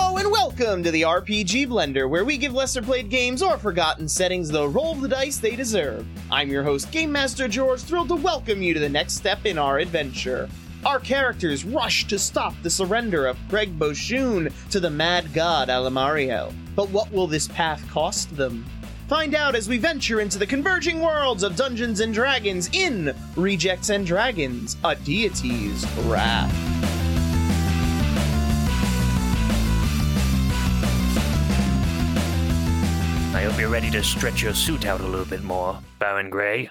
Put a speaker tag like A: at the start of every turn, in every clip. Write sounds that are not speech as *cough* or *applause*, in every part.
A: Welcome to the RPG Blender, where we give lesser played games or forgotten settings the roll of the dice they deserve. I'm your host, Game Master George, thrilled to welcome you to the next step in our adventure. Our characters rush to stop the surrender of Greg Boshoon to the mad god Alamario. But what will this path cost them? Find out as we venture into the converging worlds of Dungeons and Dragons in Rejects and Dragons, a deity's wrath.
B: I hope you're ready to stretch your suit out a little bit more, Baron Gray.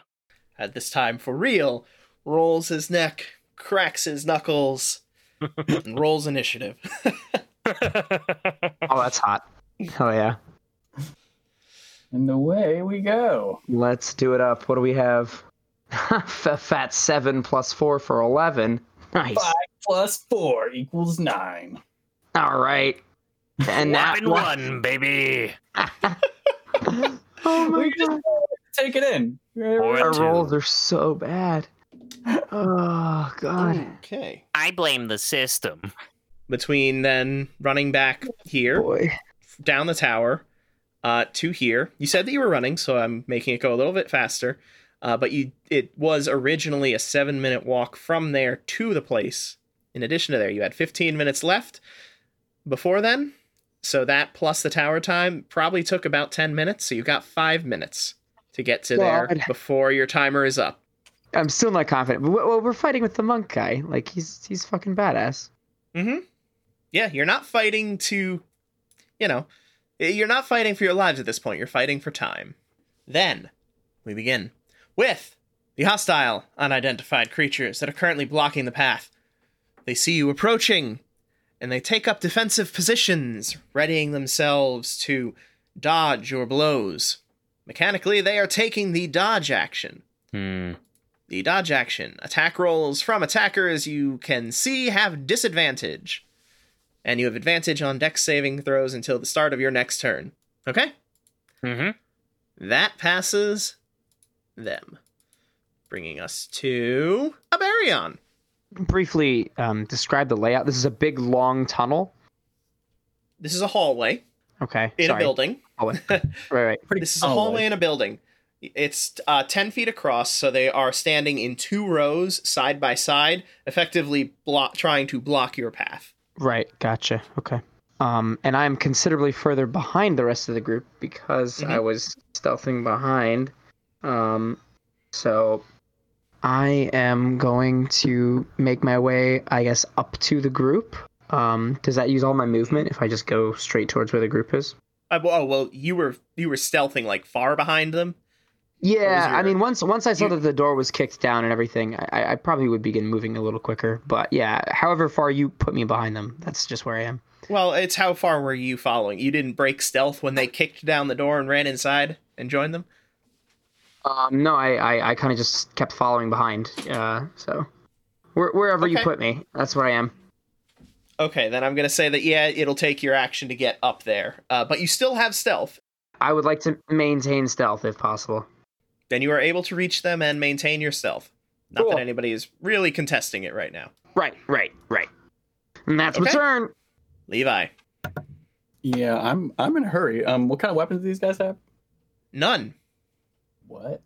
A: at this time for real, rolls his neck, cracks his knuckles, and rolls initiative.
C: Oh, that's hot. Hell yeah.
D: And away we go.
C: Let's do it up. What do we have? *laughs* F- fat seven plus four for 11. Nice.
D: Five plus four equals nine.
C: All right. And that
B: Whopping one, baby.
C: Oh my
D: we just take it in.
B: Or
C: Our
B: two.
C: rolls are so bad. Oh, God.
A: okay.
B: I blame the *laughs* system.
A: Between then running back here,
C: Boy.
A: down the tower, uh, to here. You said that you were running, so I'm making it go a little bit faster. Uh, but you, it was originally a seven minute walk from there to the place. In addition to there, you had 15 minutes left before then. So that plus the tower time probably took about 10 minutes. So you got five minutes to get to there
C: God.
A: before your timer is up.
C: I'm still not confident. But we- well, we're fighting with the monk guy. Like, he's he's fucking badass.
A: Mm-hmm. Yeah, you're not fighting to, you know, you're not fighting for your lives at this point. You're fighting for time. Then we begin with the hostile, unidentified creatures that are currently blocking the path. They see you approaching, and they take up defensive positions, readying themselves to dodge your blows. Mechanically, they are taking the dodge action
B: Hmm.
A: the dodge action. Attack rolls from attackers you can see have disadvantage. And you have advantage on dex saving throws until the start of your next turn. Okay?
B: hmm
A: That passes them. Bringing us to Abarion.
C: Briefly um, describe the layout. This is a big, long tunnel.
A: This is a hallway
C: Okay.
A: in
C: sorry.
A: a building.
C: Hallway. right, right.
D: Pretty
A: This is a hallway in a building. It's uh, 10 feet across, so they are standing in two rows side by side, effectively blo- trying to block your path.
C: Right, gotcha. Okay. Um, and I'm considerably further behind the rest of the group because I
A: Mm-hmm.
C: was stealthing behind. Um, so I am going to make my way, I guess, up to the group. Um, does that use all my movement if I just go straight towards where the group is?
A: Uh, well- oh well, you were you were stealthing like far behind them.
C: Yeah, I
A: your-
C: mean, once once I saw
A: you-
C: that the door was kicked down and everything, I- I, I probably would begin moving a little quicker. But yeah, however far you put me behind them, that's just where I am.
A: Well, it's how far were you following? You didn't break stealth when they kicked down the door and ran inside and joined them.
C: Um, no, I, I, I kind of just kept following behind. Uh, so Where, wherever you
A: Okay.
C: put me, that's where I am.
A: Okay, then I'm gonna say that yeah, it'll take your action to get up there, uh, but you still have stealth.
C: I would like to maintain stealth if possible.
A: Then you are able to reach them and maintain your stealth. Not
C: Cool.
A: that anybody is really contesting it right now.
C: Right, right, right. And that's my
A: Okay.
C: turn.
A: Levi,
D: Yeah, I'm I'm in a hurry. Um, what kind of weapons do these guys have?
A: none.
D: What?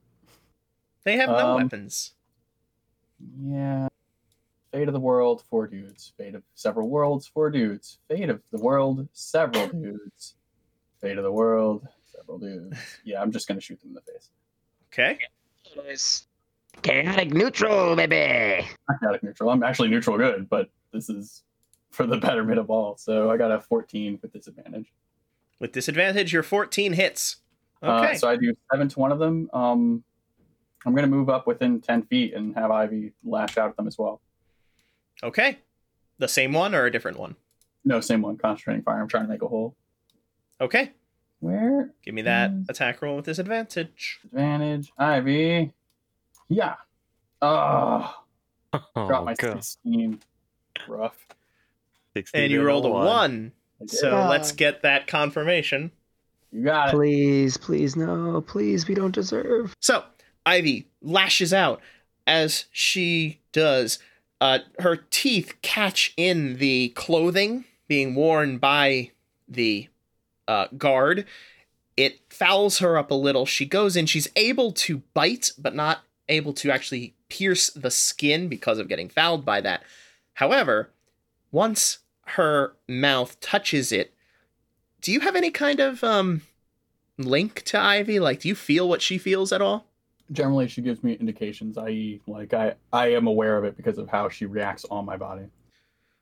A: They have no
D: Um,
A: weapons.
D: Yeah. Fate of the world, four dudes. Fate of several worlds, four dudes. Fate of the world, several dudes. Fate of the world, several dudes. Yeah, I'm just gonna shoot them in the face.
A: Okay.
C: Chaotic neutral, baby.
D: Not neutral. I'm actually neutral good, but this is for the *laughs* betterment of all. So I got a 14 with disadvantage.
A: With disadvantage, your 14 hits.
D: Uh,
A: Okay.
D: so I do seven to one of them. Um, I'm going to move up within 10 feet and have Ivy lash out at them as well.
A: okay. The same one or a different one?
D: No, same one, concentrating fire. I'm trying to make a hole.
A: Okay.
D: Where?
A: Give me that
D: Mm.
A: attack roll with disadvantage.
D: Advantage. Ivy. Yeah. Oh, drop
B: Oh,
D: my 16. Rough.
A: And you rolled a one.
D: I did.
A: So
C: Yeah.
A: let's get that confirmation.
D: you got it.
C: Please, please, no, please, we don't deserve.
A: So Ivy lashes out as she does. Uh, her teeth catch in the clothing being worn by the uh, guard. It fouls her up a little. She goes in. She's able to bite, but not able to actually pierce the skin because of getting fouled by that. However, once her mouth touches it, do you have any kind of um, link to Ivy? Like, do you feel what she feels at all?
D: Generally, she gives me indications, i.e., like I I am aware of it because of how she reacts on my body.
A: All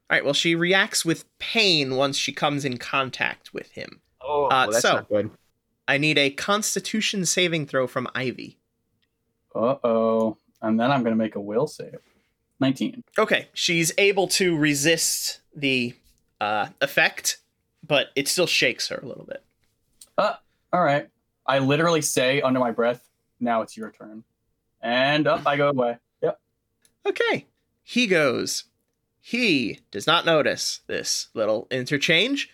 A: right. Well, she reacts with pain once she comes in contact with him.
C: Oh,
A: Uh,
C: that's
A: so-
C: not good.
A: I need a Constitution saving throw from Ivy.
D: Uh oh. And then I'm gonna make a will save. Nineteen.
A: Okay, she's able to resist the uh, effect, but it still shakes her a little bit.
D: All right. I literally say under my breath, "Now it's your turn," and up I go away. Yep.
A: Okay, he goes. He does not notice this little interchange,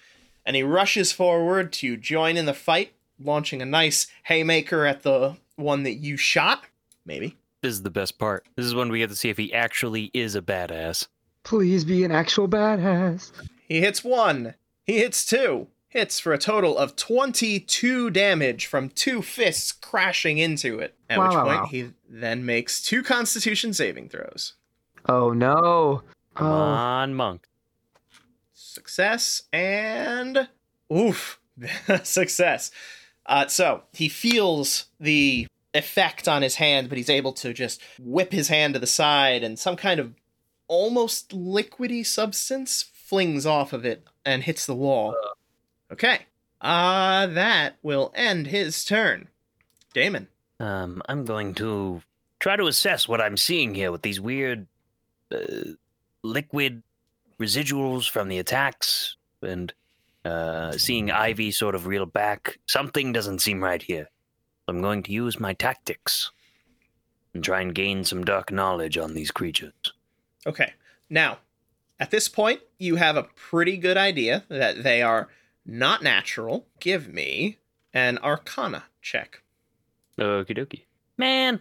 A: and he rushes forward to join in the fight, launching a nice haymaker at the one that you shot. Maybe.
B: This is the best part. This is when we get to see if he actually is a badass.
C: Please be an actual badass.
A: He hits one. He hits two. Hits for a total of 22 damage from two fists crashing into it. At
C: Wow,
A: which
C: wow,
A: point,
C: wow.
A: he then makes two constitution saving throws
C: Oh no.
B: Come
C: Oh,
B: on, monk.
A: success and. Oof. *laughs* success. Uh, so he feels the effect on his hand, but he's able to just whip his hand to the side, and some kind of almost liquidy substance flings off of it and hits the wall. Okay. Uh, that will end his turn. Damon.
B: Um, I'm going to try to assess what I'm seeing here with these weird uh, liquid residuals from the attacks and uh, seeing Ivy sort of reel back. Something doesn't seem right here. I'm going to use my tactics and try and gain some dark knowledge on these creatures.
A: Okay. Now, at this point, you have a pretty good idea that they are not natural. Give me an arcana check.
B: Okie dokie. Man,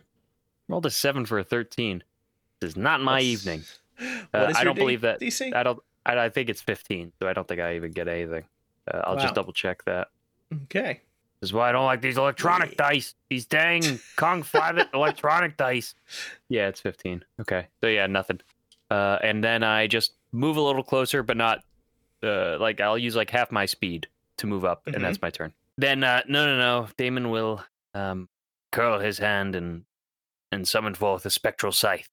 B: rolled a seven for a thirteen. This is not my
A: That's-
B: evening.
A: *gasps* What
B: Uh,
A: is
B: I
A: your
B: don't
A: D-
B: believe that-
A: DC?
B: I don't. I, I think it's fifteen, so I don't think I even get anything. Uh, I'll
A: Wow.
B: just double check that.
A: Okay.
B: This is why I don't like these electronic dice. These dang Kong five electronic dice. Yeah, it's fifteen. Okay, so yeah, nothing. Uh, and then I just move a little closer, but not uh, like I'll use like half my speed to move up,
A: Mhm.
B: and that's my turn. Then uh, no, no, no. Damon will um, curl his hand and and summon forth a spectral scythe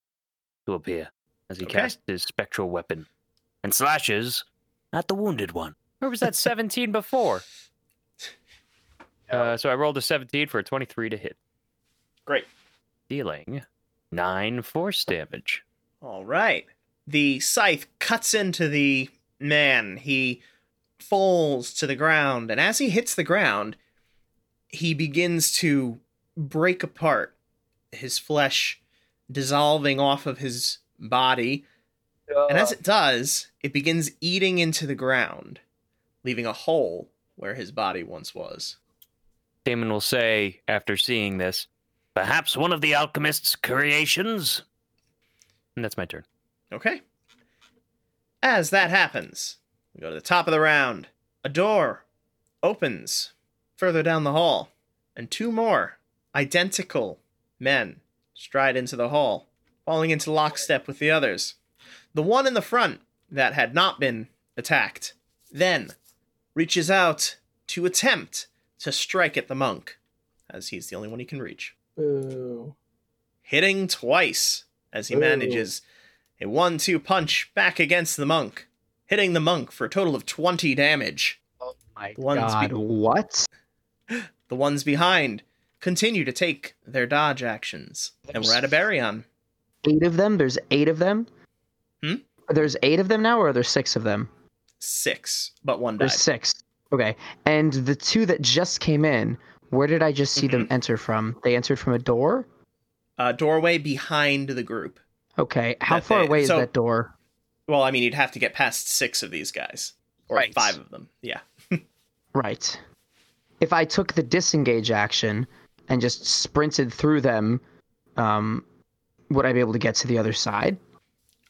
B: to appear as he
A: Okay.
B: casts his spectral weapon and slashes at the wounded one. Where was that seventeen before? Uh, so I rolled a 17 for a 23 to hit,
A: Great.
B: dealing nine force damage.
A: All right. The scythe cuts into the man. He falls to the ground, and as he hits the ground, he begins to break apart, his flesh dissolving off of his body. And
C: Uh, Oh,
A: as it does, it begins eating into the ground, leaving a hole where his body once was.
B: Damon will say after seeing this, perhaps one of the alchemist's creations. And that's my turn.
A: Okay. As that happens, we go to the top of the round. A door opens further down the hall, and two more identical men stride into the hall, falling into lockstep with the others. The one in the front that had not been attacked then reaches out to attempt to strike at the monk, as he's the only one he can reach
D: Boo.
A: hitting twice as he
D: Ooh.
A: manages a one two punch back against the monk, hitting the monk for a total of 20 damage.
C: my
A: The ones
C: god.
A: be-
C: What?
A: The ones behind continue to take their dodge actions. And we're at a baryon.
C: Eight of them? There's eight of them?
A: Hmm?
C: There's eight of them now, or are there six of them?
A: Six, but one died.
C: There's six. Okay. And the two that just came in, where did I just see them
A: Mm-hmm.
C: enter from? They entered from a door?
A: Uh, doorway behind the group.
C: Okay. How
A: That
C: far
A: they-
C: away is
A: so-
C: that door?
A: Well, I mean, you'd have to get past six of these guys, or
C: Right.
A: five of them. Yeah.
C: Right. If I took the disengage action and just sprinted through them, um, would I be able to get to the other side?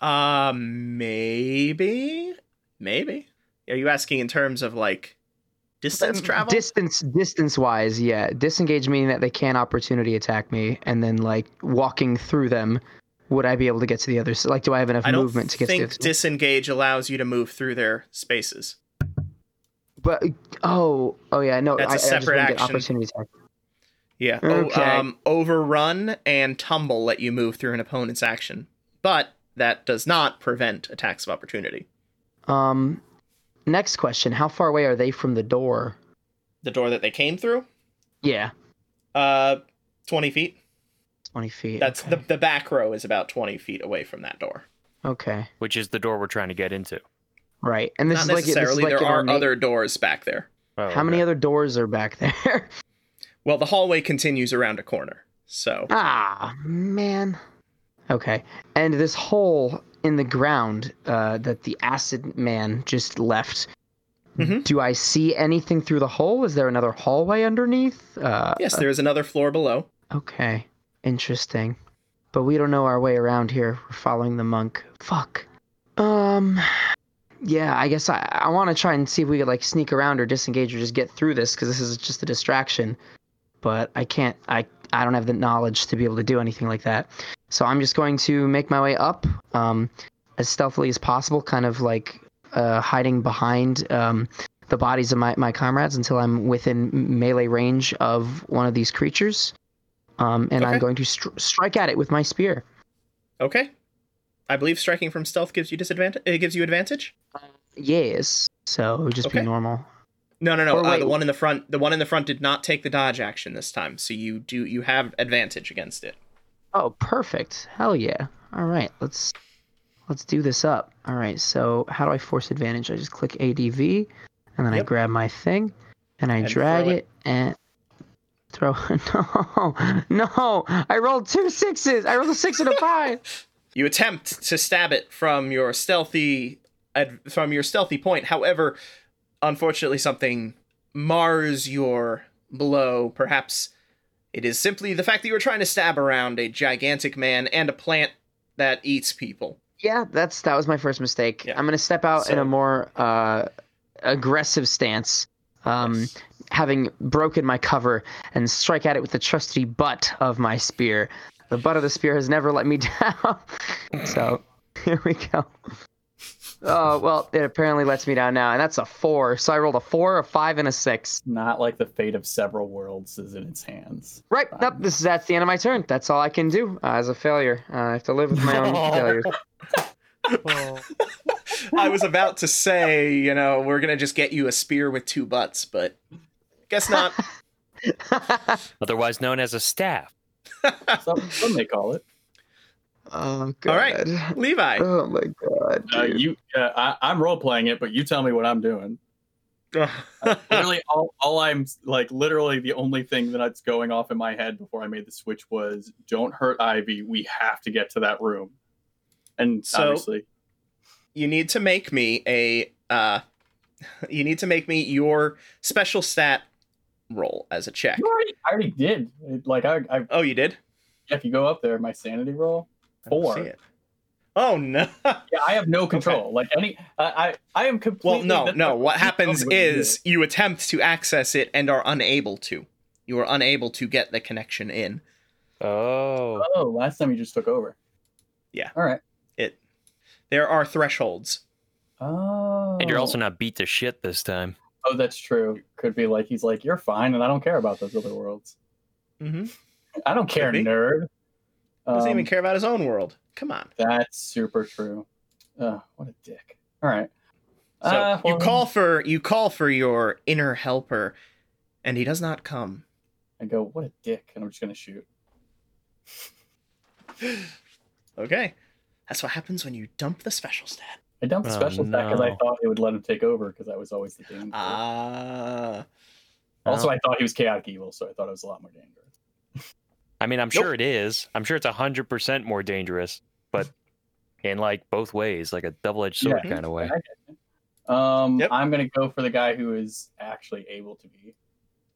A: Uh, maybe, maybe. Are you asking in terms of like
C: Um,
A: Distance travel?
C: Mm, Distance distance wise, yeah. Disengage meaning that they can opportunity attack me, and then like walking through them, would I be able to get to the other? s- Like, do I have enough
A: I don't
C: movement to get
A: think
C: to? The,
A: disengage allows you to move through their spaces.
C: but oh, oh yeah, no.
A: That's a
C: I- I just
A: separate
C: wouldn't get
A: action.
C: opportunity attack.
A: Yeah.
C: Okay.
A: Oh, um, overrun and tumble let you move through an opponent's action, but that does not prevent attacks of opportunity.
C: Um, next question: How far away are they from the door?
A: The door that they came through,
C: Yeah,
A: uh, twenty feet.
C: twenty feet.
A: That's
C: okay.
A: the the back row is about twenty feet away from that door.
C: okay,
B: which is the door we're trying to get into.
C: right? And this
A: not
C: is like this is
A: necessarily.
C: like
A: there
C: in
A: are
C: ornate-
A: other doors back there.
B: Oh,
C: How many
B: okay.
C: other doors are back *laughs* there?
A: Well, the hallway continues around a corner, so
C: Ah, man. Okay. And this hole in the ground uh, that the acid man just left.
A: Mhm.
C: Do I see anything through the hole? Is there another hallway underneath? Uh,
A: yes, there is another floor below.
C: Okay. Interesting. But we don't know our way around here. We're following the monk. Fuck. Um. Yeah, I guess I, I want to try and see if we could like sneak around or disengage or just get through this because this is just a distraction. But I can't. I I don't have the knowledge to be able to do anything like that. So I'm just going to make my way up, um, as stealthily as possible, kind of like uh, hiding behind um, the bodies of my, my comrades until I'm within melee range of one of these creatures. Um, and
A: Okay.
C: I'm going to str- strike at it with my spear.
A: Okay, I believe striking from stealth gives you disadvantage. It gives you advantage.
C: Yes. So it would just
A: Okay.
C: be normal.
A: No, no, no.
C: Or
A: Uh,
C: wait.
A: the one in the front. The one in the front did not take the dodge action this time, so you do you have advantage against it.
C: Oh, perfect. Hell yeah. All right, let's let's do this up. All right, so how do I force advantage? I just click ADV, and then I
A: Yep.
C: grab my thing, and I
A: And
C: drag
A: throw
C: it.
A: it.
C: and throw. *laughs* No, no! I rolled two sixes. I rolled a six and a five.
A: You attempt to stab it from your stealthy ad, from your stealthy point. However, unfortunately, something mars your blow. Perhaps it is simply the fact that you were trying to stab around a gigantic man and a plant that eats people.
C: yeah, that's that was my first mistake.
A: Yeah.
C: I'm gonna step out in
A: So-
C: a more uh, aggressive stance. Um,
A: Yes.
C: having broken my cover and strike at it with the trusty butt of my spear. The butt of the spear has never let me *laughs* down. so *laughs* here we go. Oh well, it apparently lets me down now, and that's a four. So I rolled a four, a five, and a six.
D: Not like the fate of several worlds is in its hands.
C: Right. Nope. This is that's the end of my turn. That's all I can do uh, as a failure. Uh, I have to live with
A: *laughs*
C: my own failures. *laughs*
A: I was about to say, you know, we're gonna just get you a spear with two butts, but guess
C: *laughs*
A: not.
B: Otherwise known as a staff.
D: Some, some may call it.
C: oh god.
A: All right.
C: *laughs*
A: Levi.
C: Oh my god.
D: Uh,
C: dude.
D: you, uh, I, I'm role playing it, but you tell me what I'm doing. *laughs* Literally, all, all I'm like, literally, the only thing that's going off in my head before I made the switch was, "Don't hurt Ivy. We have to get to that room." And
A: So-
D: obviously,
A: you need to make me a uh *laughs* you need to make me your special stat roll as a check.
D: you already, I already did. It- like, I, I,
A: Oh, you did?
D: if you go up there, my sanity roll.
A: I don't
D: Four.
A: see it. Oh no. *laughs*
D: Yeah, I have no control. Like any, I, I, I am
A: well,
D: completely.
A: no, no.
D: *laughs*
A: What happens
D: Nobody
A: is you attempt to access it and are unable to. You are unable to get the connection in.
B: Oh.
D: Oh, last time you just took over.
A: Yeah.
D: All right.
A: There are thresholds.
D: Oh.
B: And you're also not beat to shit this time.
D: Oh, that's true. Could be like he's like, you're fine, and I don't care about those other worlds.
A: Mm-hmm.
D: I don't care,
A: be.
D: nerd.
A: Doesn't
D: Um,
A: even care about his own world. Come on.
D: That's super true. Ugh, what a dick. All right.
A: So
D: Uh,
A: you
D: well,
A: call for you call for your inner helper, and he does not come.
D: I go, what a dick, and I'm just gonna shoot.
A: Okay, that's what happens when you dump the special stat.
D: I dumped
B: Oh,
D: special stat because I
B: no.
D: thought it would let him take over because I was always the danger.
A: Ah,
D: also, I thought he was chaotic evil, so I thought it was a lot more dangerous.
B: I mean, I'm sure it is. I'm sure it's 100% more dangerous, but in like both ways, like a double edged sword
A: Yeah.
B: kind
A: *laughs*
B: of way.
D: Um,
A: Yep.
D: I'm gonna go for the guy who is actually able to be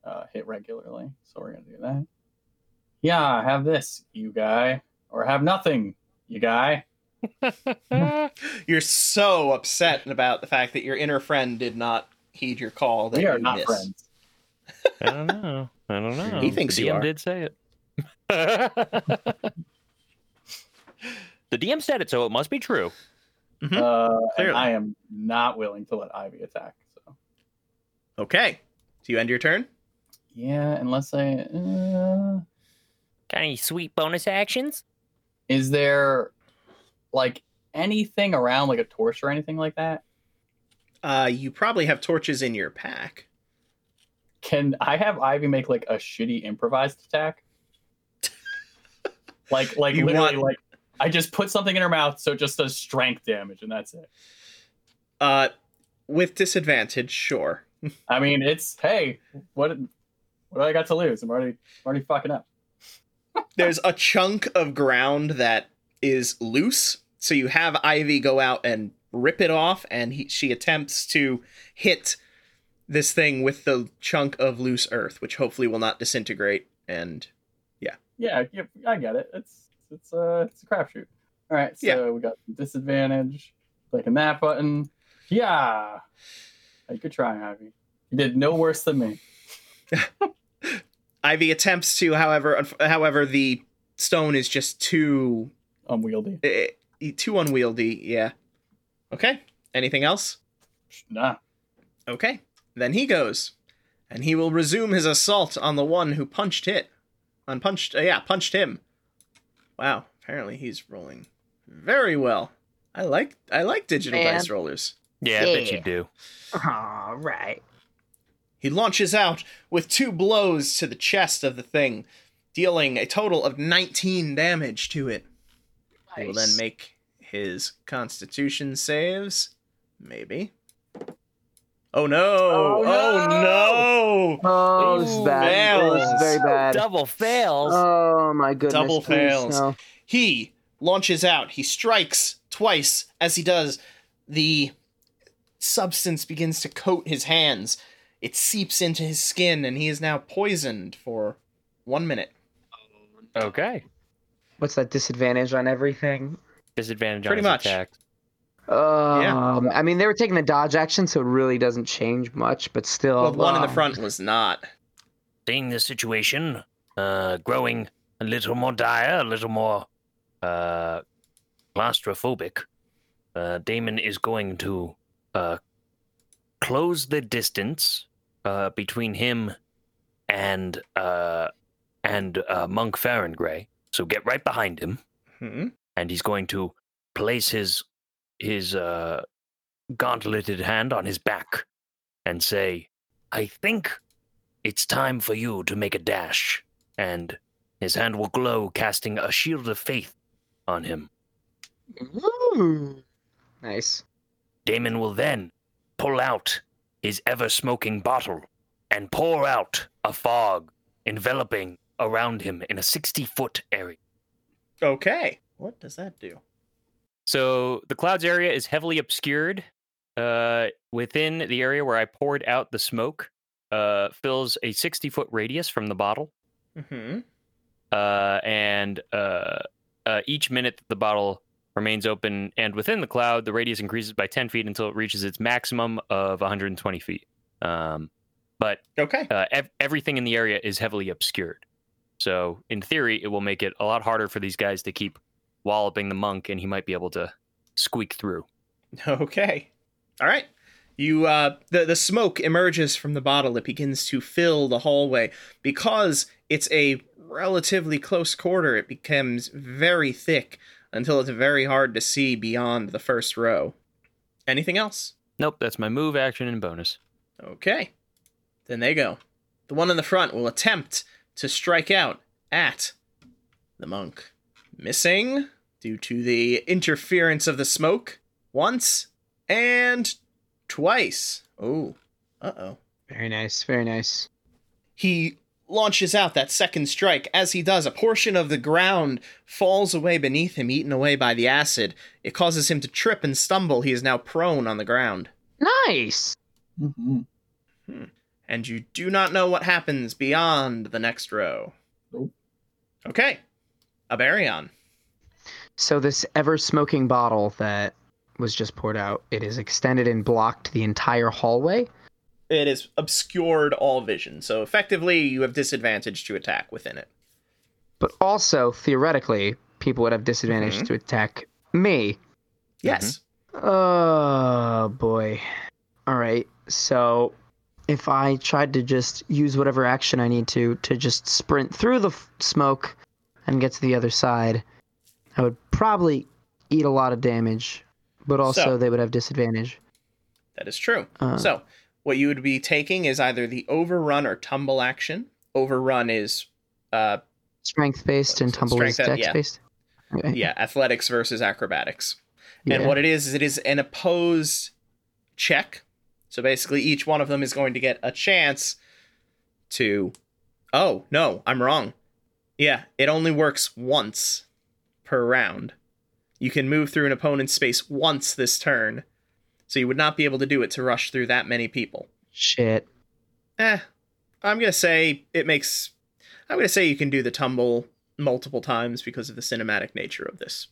D: uh, hit regularly. So we're gonna do that. Yeah, have this, you guy, or have nothing, you guy.
A: you're so upset about the fact that your inner friend did not heed your call. That
D: we are
A: you
D: not
A: miss.
D: friends.
B: I don't know. I don't know.
A: He thinks
B: the
A: you
B: DM
A: are.
B: did say it. *laughs* the DM said it, so it must be true.
A: Hmm.
D: Uh, and
A: Clearly.
D: I am not willing to let Ivy attack. So
A: Okay. Do you end your turn?
D: yeah, unless I uh,
B: Got any sweet bonus actions?
D: is there like anything around like a torch or anything like that?
A: Uh, you probably have torches in your pack.
D: Can I have Ivy make like a shitty
A: *laughs*
D: improvised attack? like like
A: You
D: literally
A: want-
D: like I just put something in her mouth so it just does strength damage and that's it.
A: Uh, with disadvantage, sure.
D: I mean it's hey, what what do I got to lose? I'm already already fucking up.
A: There's a chunk of ground that is loose, so you have Ivy go out and rip it off, and he, she attempts to hit this thing with the chunk of loose earth, which hopefully will not disintegrate. And
D: Yeah, yeah I get it. It's it's uh it's a crapshoot. All right, so
A: Yeah.
D: we got disadvantage. Clicking that button. Yeah, Hey, good try, Ivy. You did no worse than me.
A: Ivy attempts to, however, unf- however, the stone is just too
D: Unwieldy.
A: eh, too unwieldy. Yeah. Okay. Anything else?
D: Nah.
A: Okay. Then he goes, and he will resume his assault on the one who punched it. Unpunched, uh, yeah, punched him. Wow. Apparently, he's rolling very well. I like I like digital
C: Man.
A: dice rollers.
B: Yeah, I bet you
C: Yeah.
B: do.
C: All right.
A: He launches out with two blows to the chest of the thing, dealing a total of 19 damage to it. He will then
C: Nice.
A: make his Constitution saves. Maybe. Oh no!
C: Oh,
A: no!
C: Oh, this is
B: Ooh,
C: bad. Oh, this is
A: fails.
C: very bad.
B: Double fails.
C: Oh my goodness.
A: Double
C: please,
A: fails.
C: no.
A: He launches out. He strikes twice. As he does, the substance begins to coat his hands. It seeps into his skin, and he is now poisoned for one minute.
B: okay.
C: What's that disadvantage on everything?
B: Disadvantage
A: Pretty
B: on his
A: much.
B: attack.
C: Um,
A: Yeah.
C: I mean, they were taking the dodge action, so it really doesn't change much, but still.
A: Well, the one in the
C: Oh, wow.
A: front was not.
E: seeing this situation uh, growing a little more dire, a little more uh, claustrophobic, uh, Damon is going to uh, close the distance uh, between him and uh, and uh, Monk Farengray. So get right behind him,
A: Hmm.
E: and he's going to place his his uh, gauntleted hand on his back and say, "I think it's time for you to make a dash. And his hand will glow, casting a shield of faith on him.
C: Ooh. Nice.
E: Damon will then pull out his ever smoking bottle and pour out a fog enveloping around him in a 60 foot area.
A: Okay. What does that do?
B: So the clouds area is heavily obscured. Uh, within the area where I poured out the smoke, uh, fills a 60 foot radius from the bottle.
A: Mm-hmm.
B: Uh, and uh, uh, each minute that the bottle remains open and within the cloud, the radius increases by 10 feet until it reaches its maximum of 120 feet. Um, but
A: Okay.
B: uh, ev- everything in the area is heavily obscured. So, in theory, it will make it a lot harder for these guys to keep walloping the monk, and he might be able to squeak through.
A: *laughs* Okay. All right. You uh the the smoke emerges from the bottle. It begins to fill the hallway because it's a relatively close quarter. It becomes very thick until it's very hard to see beyond the first row. Anything else?
B: Nope, that's my move, action, and bonus.
A: Okay. Then they go. The one in the front will attempt to strike out at the monk. Missing due to the interference of the smoke once and twice. Oh, uh oh.
C: Very nice. Very nice.
A: He launches out that second strike. As he does, a portion of the ground falls away beneath him, eaten away by the acid. It causes him to trip and stumble. He is now prone on the ground.
C: Nice.
A: Mm-hmm.
D: Mhm.
A: and you do not know what happens beyond the next row.
D: Nope.
A: Okay. Abarion.
C: So this ever smoking bottle that was just poured out, it is extended and blocked the entire hallway.
A: It has obscured all vision, so effectively you have disadvantage to attack within it.
C: But also, theoretically, people would have disadvantage
A: Mhm.
C: to attack me.
A: Yes.
C: Oh boy. All right. So if I tried to just use whatever action I need to to just sprint through the f- smoke and get to the other side, I would probably eat a lot of damage, but also
A: So-
C: they would have disadvantage.
A: That is true.
C: Uh.
A: So, what you would be taking is either the overrun or tumble action. Overrun is, uh,
C: Strength based and
A: So
C: tumble is
A: strength, uh,
C: dex
A: yeah.
C: based. Okay.
A: yeah, athletics versus acrobatics. And
C: Yeah.
A: what it is, is it is an opposed check. So basically, each one of them is going to get a chance to. Oh, no, I'm wrong. Yeah, it only works once per round. You can move through an opponent's space once this turn. So you would not be able to do it to rush through that many people.
C: Shit.
A: Eh, I'm going to say it makes. I'm going to say you can do the tumble multiple times because of the cinematic nature of this.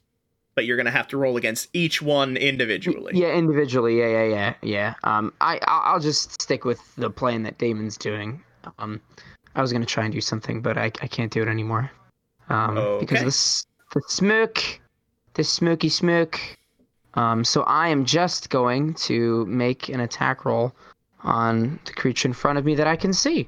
A: But you're going to have to roll against each one individually.
C: Yeah, individually. Yeah, yeah, yeah, yeah. Um, I I'll I'll just stick with the plan that Damon's doing. Um, I was gonna try and do something, but I I can't do it anymore. Um, because
A: Okay.
C: of the s- the smoke, the smoky smoke. Um, so I am just going to make an attack roll on the creature in front of me that I can see.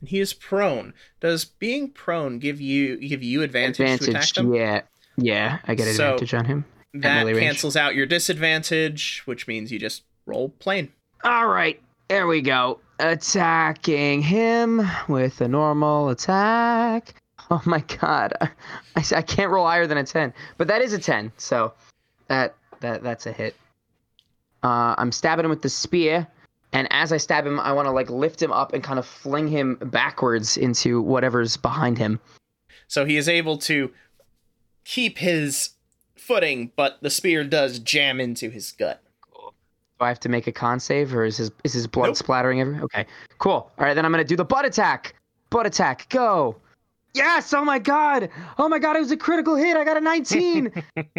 A: And he is prone. Does being prone give you give you advantage, to attack
C: Advantage.
A: them?
C: Yeah, yeah. I get
A: So-
C: advantage on him.
A: that
C: melee range.
A: cancels out your disadvantage, which means you just roll plain.
C: All right, there we go. Attacking him with a normal attack. Oh my god, *laughs* I, I can't roll higher than a ten, but that is a ten, so that that that's a hit. Uh, I'm stabbing him with the spear, and as I stab him, I want to like lift him up and kind of fling him backwards into whatever's behind him.
A: So he is able to keep his footing, but the spear does jam into his gut.
C: Do I have to make a con save, or is his is his blood
A: Nope.
C: splattering every? Okay, cool. All right, then I'm gonna do the butt attack. Butt attack, go! Yes! Oh my god! Oh my god! It was a critical hit. I got
A: *laughs*
C: a 19.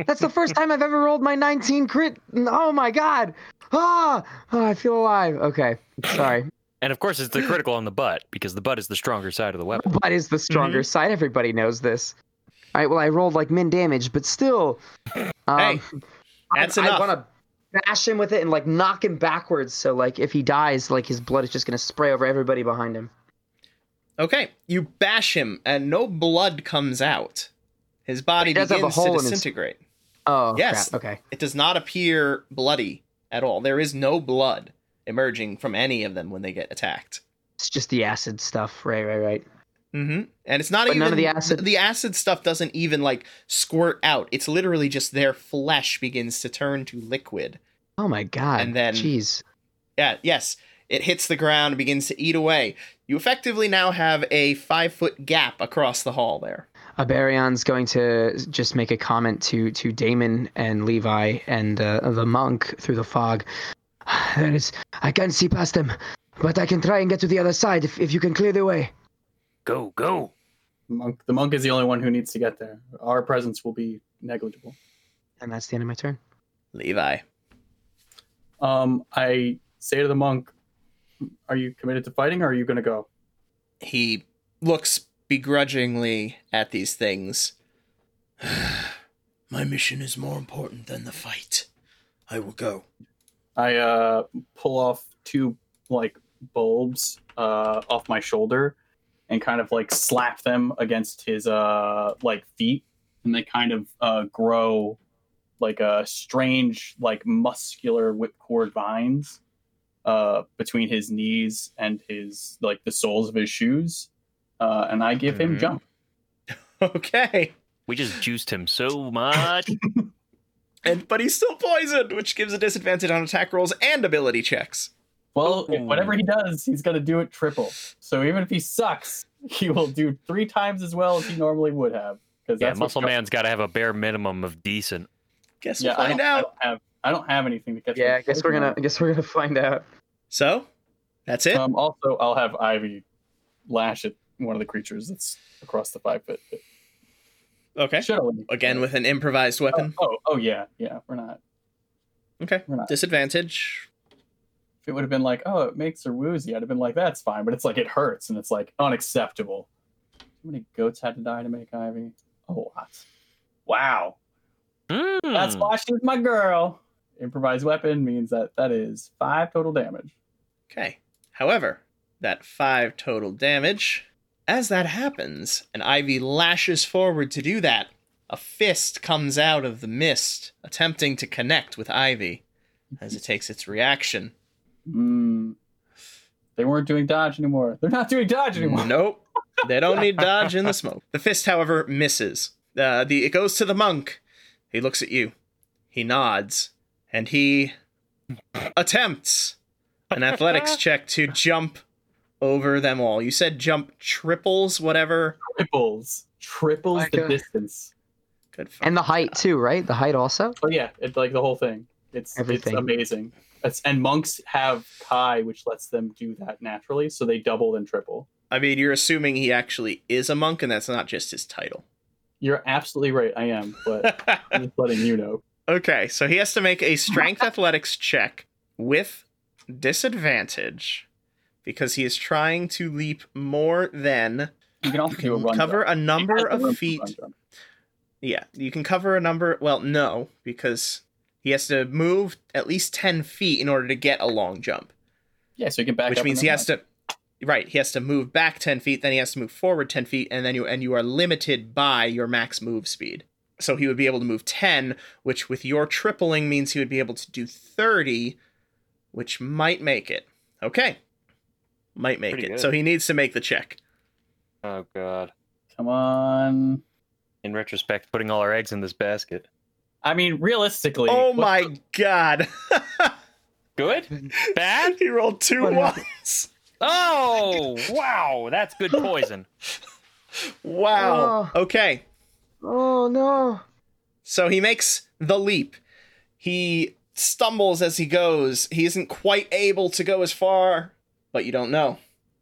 C: That's the first time I've ever rolled my 19 crit. Oh my god! Ah! Oh, I feel alive. Okay, sorry.
B: And of course, it's the critical on the butt because the butt is the stronger side of the weapon.
C: Butt is the stronger
A: Mm-hmm.
C: side. Everybody knows this. All right. Well, I rolled like min damage, but still. Um,
A: Hey, that's
C: I,
A: enough.
C: I want to bash him with it and like knock him backwards. So like if he dies, like his blood is just gonna spray over everybody behind him.
A: Okay, you bash him, and no blood comes out. His body
C: But he does
A: begins
C: have a
A: to
C: hole in his-
A: disintegrate.
C: Oh
A: Yes.
C: crap. Okay.
A: It does not appear bloody at all. There is no blood emerging from any of them when they get attacked.
C: It's just the acid stuff. Right. Right. Right.
A: Mm-hmm. And it's not
C: But
A: even
C: none of the acid-
A: The acid stuff doesn't even like squirt out. It's literally just their flesh begins to turn to liquid.
C: Oh my god.
A: And then-
C: Jeez.
A: Yeah, yes, it hits the ground and begins to eat away. You effectively now have a five foot gap across the hall there.
C: Abarion's going to just make a comment to to Damon and Levi and uh, the monk through the fog. *sighs* There is. I can't see past them, but I can try and get to the other side if if you can clear the way.
E: Go, go.
D: Monk, the monk is the only one who needs to get there. Our presence will be negligible.
C: And that's the end of my turn.
A: Levi.
D: Um, I say to the monk, "Are you committed to fighting, or are you going to go?"
A: He looks begrudgingly at these things. *sighs* My mission is more important than the fight. I will go.
D: I uh, pull off two like bulbs uh, off my shoulder and kind of like slap them against his uh, like feet, and they kind of uh, grow like a strange like muscular whipcord vines uh, between his knees and his like the soles of his shoes. Uh, and I give him
B: Mhm.
D: jump.
A: Okay.
B: We just juiced him so much.
A: And but he's still poisoned, which gives a disadvantage on attack rolls and ability checks.
D: Well,
B: Ooh.
D: whatever he does, he's gonna do it triple. So even if he sucks, *laughs* he will do three times as well as he normally would have. Because
B: yeah, muscle man's got to have a bare minimum of decent.
A: Guess
D: Yeah,
A: we'll
D: I
A: find
D: don't, I
A: out.
D: don't have I don't have anything to catch.
C: Yeah,
D: me.
C: I guess we're gonna. I guess we're gonna find out.
A: So that's it.
D: Um, also, I'll have Ivy lash at one of the creatures that's across the five foot.
A: okay.
D: Should only-
A: Again with an improvised
D: oh,
A: weapon.
D: oh, oh yeah, yeah. We're not.
A: Okay.
D: We're not.
A: Disadvantage.
D: If it would have been like, oh, it makes her woozy, I'd have been like, that's fine. But it's like it hurts, and it's like unacceptable. How many goats had to die to make Ivy? A lot. Wow.
B: Hmm.
D: That's why she's my girl. Improvised weapon means that that is five total damage.
A: Okay. However, that five total damage. As that happens, and Ivy lashes forward to do that, a fist comes out of the mist, attempting to connect with Ivy as it takes its reaction.
D: Mm. They weren't doing dodge anymore. They're not doing dodge
A: Hmm.
D: anymore.
A: Nope. They don't need dodge in the smoke. The fist, however, misses. Uh, the it goes to the monk. He looks at you. He nods, and he attempts an athletics check to jump over them all. You said jump triples, whatever.
D: Triples. Triples
C: Like
D: the
C: a-
D: distance.
A: Good. Fuck.
C: And the height too, right? The height also.
D: Oh yeah, it, like the whole thing. It's
C: Everything.
D: it's amazing. It's, and monks have Kai, which lets them do that naturally, so they double and triple.
A: I mean, you're assuming he actually is a monk, and that's not just his title. *laughs*
D: You're absolutely right. I am, but I'm just letting you know.
A: okay, so he has to make a strength athletics check with disadvantage because he is trying to leap more than
D: You can also do a run.
A: cover
D: jump.
A: a
D: He
A: number
D: has the room
A: of
D: for
A: feet.
D: run jump.
A: Yeah, you can cover a number. Well, no, because he has to move at least ten feet in order to get a long jump,
D: Yeah, so you can back.
A: which means he has to. Right, he has to move back ten feet, then he has to move forward ten feet, and then you and you are limited by your max move speed. So he would be able to move ten, which with your tripling means he would be able to do thirty, which might make it. Okay, might make
B: Pretty
A: it.
B: good.
A: So he needs to make the check.
B: Oh god.
D: Come on.
B: In retrospect, putting all our eggs in this basket.
D: I mean, realistically.
A: Oh
D: what-
A: my god!
B: Good? Bad?
A: *laughs* he rolled two
C: What
A: ones.
C: happened?
B: Oh wow, that's good poison.
A: Wow. Okay.
C: Oh no.
A: So he makes the leap. He stumbles as he goes. He isn't quite able to go as far, but you don't know.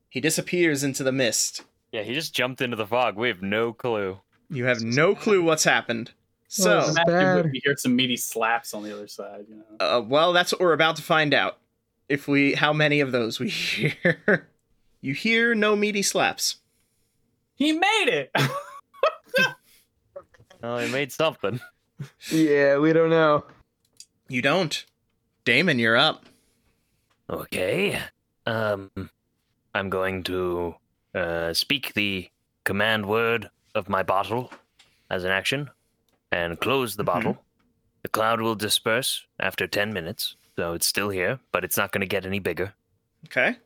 A: He disappears into the mist.
B: Yeah, he just jumped into the fog. We have no clue.
A: You have no clue what's happened.
C: Oh,
A: So,
C: it's
D: Imagine
C: bad.
D: if you hear some meaty slaps on the other side. You know.
A: uh, well, that's what we're about to find out. If we, how many of those we *laughs* hear? you hear no meaty slaps.
D: He made *laughs* it.
B: Well, he made something.
C: Yeah, we don't know.
A: You don't. Damon, you're up.
E: Okay. Um, I'm going to uh, speak the command word of my bottle as an action and close the bottle. The cloud will disperse after 10 minutes, so it's still here, but it's not going to get any bigger.
A: Okay.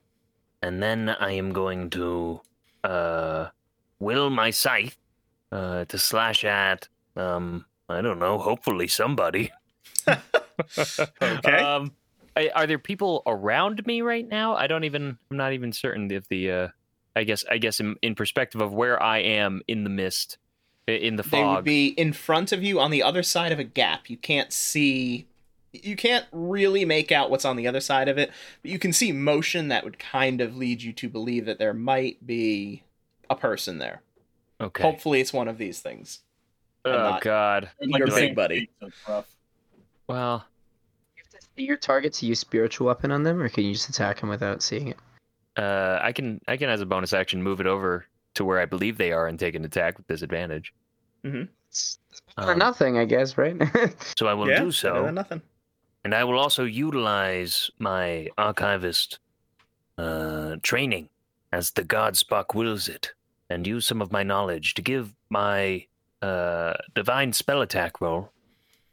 E: And then I am going to uh, will my scythe uh, to slash at, um, I don't know, hopefully somebody. *laughs*
A: Okay.
B: Um, I, are there people around me right now? I don't even. I'm not even certain if the. Uh, I guess. I guess in, in perspective of where I am in the mist, i- in the
A: They would
B: fog.
A: be in front of you on the other side of a gap. You can't see. You can't really make out what's on the other side of it, but you can see motion that would kind of lead you to believe that there might be a person there.
B: okay.
A: Hopefully, it's one of these things.
B: oh
A: not-
B: God.
A: You're
D: the
A: big,
D: same
A: buddy.
D: feet, so it's rough.
B: Well,
C: You have to see your target to use spiritual weapon on them, or can you just attack them without seeing it?
B: uh, I can. I can as a bonus action move it over to where I believe they are and take an attack with disadvantage.
C: or
E: Um,
C: Uh, nothing, I guess, right? *laughs*
E: So I will do
A: better
E: so.
A: than nothing.
E: And I will also utilize my archivist uh, training as the God Spark wills it, and use some of my knowledge to give my uh, divine spell attack roll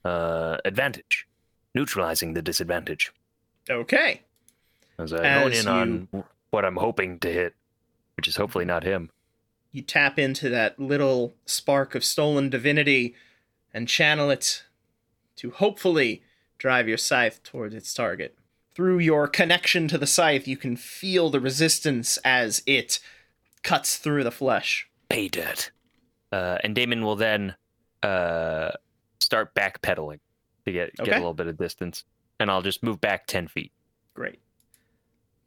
E: uh, advantage, neutralizing the disadvantage.
A: Okay.
E: As I hone
A: As
E: in on what I'm hoping to hit, which is hopefully not him.
A: you tap into that little spark of stolen divinity and channel it to hopefully drive your scythe towards its target. Through your connection to the scythe, you can feel the resistance as it cuts through the flesh.
E: Pay dirt.
B: Uh, and Damon will then uh, start backpedaling to get get
A: Okay.
B: a little bit of distance, and I'll just move back ten feet.
A: Great.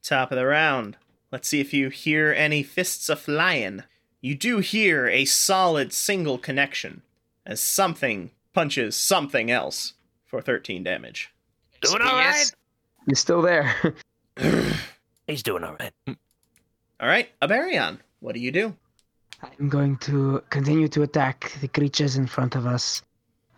A: Top of the round. Let's see if you hear any fists a flying. You do hear a solid single connection as something punches something else for 13 damage.
E: Doing all right.
C: You're still there.
E: He's doing all right.
A: All right, Abarion, what do you do?
C: *laughs* I'm going to continue to attack the creatures in front of us.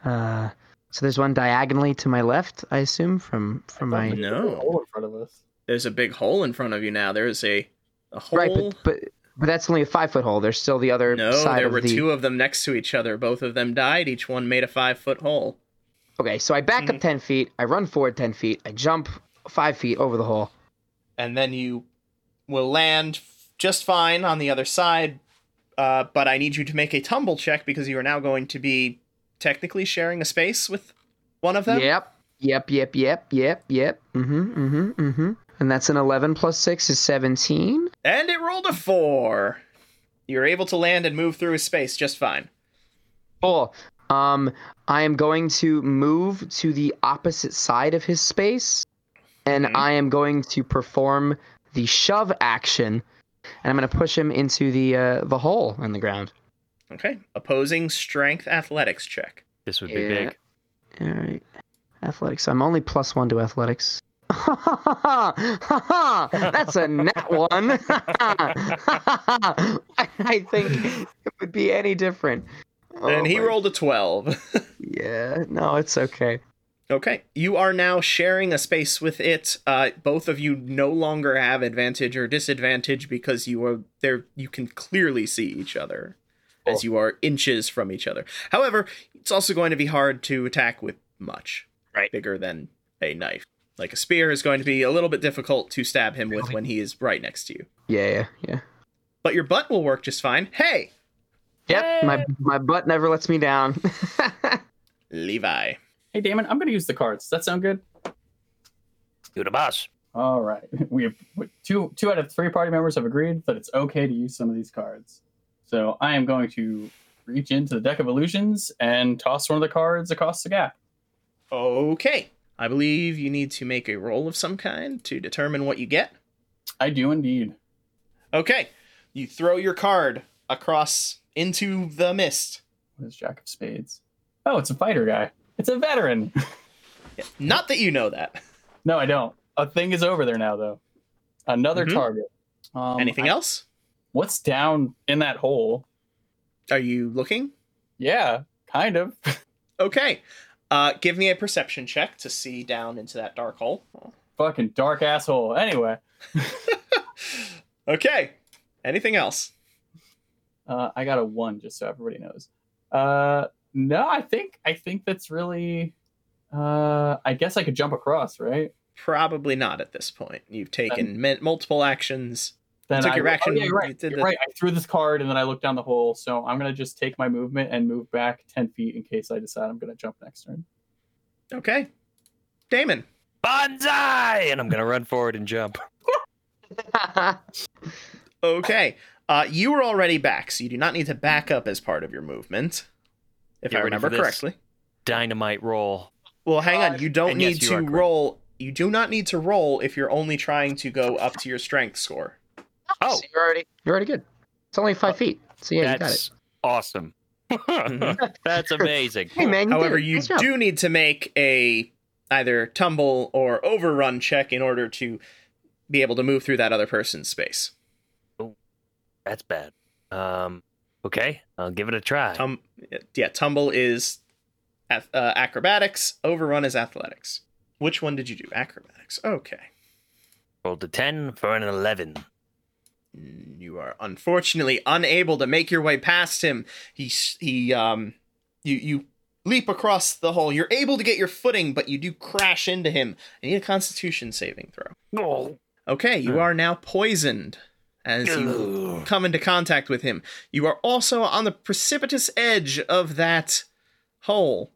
C: Uh, so there's one diagonally to my left, I assume, from from
D: I thought
C: my
D: there
A: No.
D: was a hole in front of us.
A: There's a big hole in front of you now. There is a a hole.
C: right, but but but that's only a five foot hole. There's still the other
A: no,
C: side
A: there
C: of
A: were
C: the.
A: two of them next to each other. Both of them died. Each one made a five foot hole.
C: Okay, so I back
A: Mhm.
C: up ten feet. I run forward ten feet. I jump five feet over the hole.
A: and then you will land f- just fine on the other side. Uh, but I need you to make a tumble check because you are now going to be technically sharing a space with one of them.
C: Yep. Yep, yep, yep, yep, yep. Mm-hmm, mm-hmm, mm-hmm. And that's an 11 plus 6 is 17.
A: And it rolled a four. You're able to land and move through his space just fine.
C: Cool. Um, I am going to move to the opposite side of his space, and
A: Mhm.
C: I am going to perform the shove action, and I'm going to push him into the uh, the hole in the ground.
A: Okay. Opposing strength athletics check.
B: This would be
C: Yeah.
B: big.
C: All right, athletics. I'm only plus one to athletics. *laughs* That's a net one. *laughs* I think it would be any different.
A: and he
C: Oh my-
A: rolled a 12.
C: Yeah, no, it's okay.
A: okay. You are now sharing a space with it. Uh, both of you no longer have advantage or disadvantage because you are there. You can clearly see each other. as you are inches from each other. However, it's also going to be hard to attack with much.
E: Right.
A: Bigger than a knife. Like a spear is going to be a little bit difficult to stab him with when he is right next to you.
C: Yeah, yeah, yeah.
A: But your butt will work just fine. Hey,
C: Yep, my my butt never lets me down. *laughs*
A: Levi.
D: Hey, Damon, I'm gonna use the cards. Does that sound good?
E: You're the boss.
D: All right. *laughs* We have we- two two out of three party members have agreed that it's okay to use some of these cards. So I am going to reach into the deck of illusions and toss one of the cards across the gap.
A: Okay. I believe you need to make a roll of some kind to determine what you get.
D: I do indeed.
A: Okay. You throw your card across into the mist.
D: What is Jack of Spades? Oh, it's a fighter guy. It's a veteran. *laughs*
A: Not that you know that.
D: no, I don't. A thing is over there now though. Another
A: Mhm.
D: target. Um,
A: Anything
D: I-
A: else?
D: What's down in that hole?
A: Are you looking?
D: Yeah, kind of. *laughs*
A: Okay. Uh, give me a perception check to see down into that dark hole.
D: Fucking dark asshole. Anyway,
A: Okay. Anything else?
D: Uh, I got a one, just so everybody knows. Uh, no, I think I think that's really. Uh, I guess I could jump across, right?
A: Probably not at this point. You've
E: Um,
A: taken min- multiple actions.
D: Then
A: Took
D: I
A: your
D: oh,
A: action,
D: yeah, you're
A: you
D: right.
A: did
D: you're
A: the-
D: right. I threw this card and then I looked down the hole. So I'm gonna just take my movement and move back ten feet in case I decide I'm gonna jump next turn.
A: Okay. Damon.
E: Bonsai! And I'm going to run forward and jump.
A: Okay. Uh, you were already back, so you do not need to back up as part of your movement, if
E: You
A: I
E: ready for
A: remember
E: this?
A: correctly.
E: Dynamite roll.
A: Well, hang on.
D: Uh,
A: You don't
E: and yes,
A: need
E: you
A: to
E: are correct.
A: roll. You do not need to roll if you're only trying to go up to your strength score.
E: Oh,
C: So you're already you're already good. It's only
A: Oh,
C: five feet, so yeah, you got it.
E: that's awesome. *laughs* that's amazing.
C: Hey man, you
A: However,
C: did it.
A: you
C: Nice job.
A: do need to make a either tumble or overrun check in order to be able to move through that other person's space.
E: That's bad. Um, okay, I'll give it a try.
A: Tum- yeah, tumble is ath- uh, acrobatics. Overrun is athletics. Which one did you do? Acrobatics. Okay.
E: Rolled a 10 for an 11.
A: Mm, You are unfortunately unable to make your way past him. He s- he um you you leap across the hole. You're able to get your footing, but you do crash into him. I need a Constitution saving throw.
E: Oh,
A: Okay, you
E: Hmm.
A: are now poisoned as you
E: ugh.
A: come into contact with him. You are also on the precipitous edge of that hole.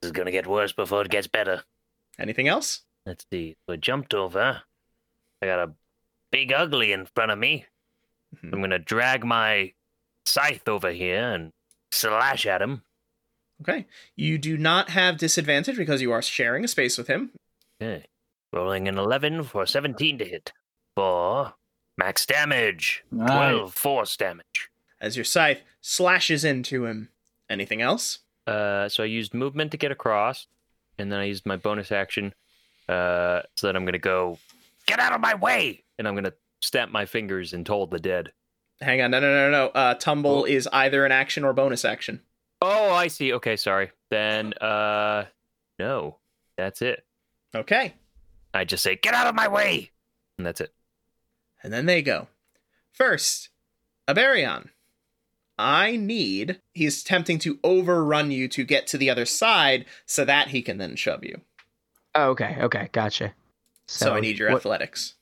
E: This is going to get worse before it gets better.
A: Anything else?
E: Let's see. So I jumped over. I got a big ugly in front of me.
A: Mhm.
E: I'm going to drag my scythe over here and slash at him.
A: Okay. You do not have disadvantage because you are sharing a space with him.
E: Okay. Rolling an 11 for 17 to hit. For max damage.
D: Nice.
E: 12 force damage.
A: As your scythe slashes into him. Anything else?
B: Uh, so I used movement to get across, and then I used my bonus action. Uh, so then I'm gonna go
E: Get out of my way!
B: and I'm gonna snap my fingers and toll the dead.
A: Hang on, no, no, no, no. Uh, tumble is either an action or bonus action.
B: Oh, I see. Okay, sorry. Then, uh, no, that's it.
A: Okay,
B: I just say, get out of my way, and that's it.
A: and then they go. First, Aberion. I need. He's attempting to overrun you to get to the other side so that he can then shove you.
C: Oh, okay, okay, gotcha.
A: So, I need your
C: what-
A: athletics.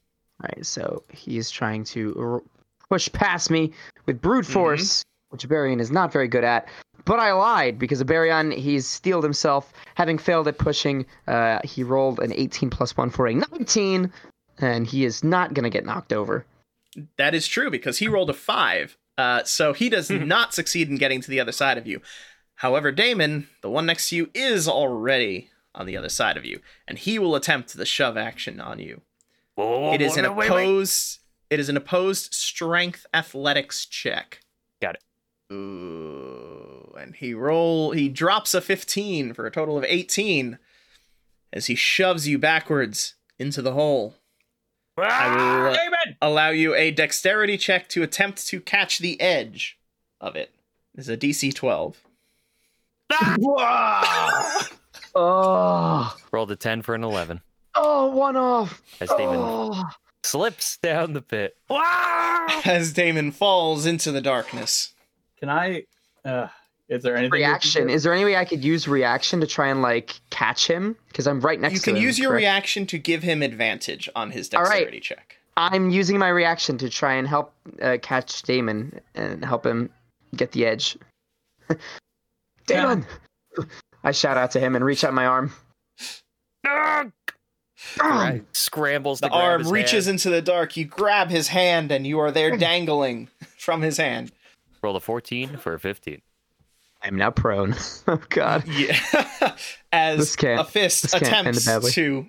C: All right, so he's trying to r- push past me with brute
A: Mm-hmm.
C: force, which Aberion is not very good at. But I lied because Aberion, he's steeled himself. Having failed at pushing, uh, he rolled an 18 plus 1 for a 19, and he is not going to get knocked over.
A: That is true because he rolled a five. Uh, so he does
E: Hmm.
A: not succeed in getting to the other side of you. However, Damon, the one next to you, is already on the other side of you, and he will attempt the shove action on you.
E: Whoa, whoa, whoa,
A: it is an
E: no, wait, wait.
A: opposed. It is an opposed strength athletics check.
B: Got it.
A: Ooh, and he roll. He drops a fifteen for a total of eighteen, as he shoves you backwards into the hole. I
E: Ah!
A: will uh, allow you a dexterity check to attempt to catch the edge of it. This is a DC twelve.
C: Oh,
B: Rolled a ten for an eleven
C: oh, one off.
B: as Damon
C: Oh.
B: slips down the pit.
E: Ah!
C: Ah.
A: As Damon falls into the darkness.
D: Can I? Uh, is there anything we can
C: Reaction.
D: do?
C: Is there any way I could use reaction to try and, like, catch him? Because I'm right next
A: You
C: to
A: can
C: him,
A: use your
C: correct?
A: reaction to give him advantage on his
C: All right.
A: dexterity check.
C: I'm using my reaction to try and help uh, catch Damon and help him get the edge. *laughs*
A: *laughs*
C: Damon! I shout out to him and reach out my arm. Ah!
B: Right. Scrambles.
A: The
B: to grab
A: arm
B: his
A: reaches
B: hand.
A: into the dark. You grab his hand, and you are
C: Hmm.
A: there dangling from his
C: *laughs*
A: hand.
B: Rolled a fourteen for a fifteen.
C: I'm now prone. *laughs* oh god.
A: Yeah. *laughs*
C: This
A: As
C: can't-
A: a fist
C: this can't end
A: attempts
C: badly.
A: to.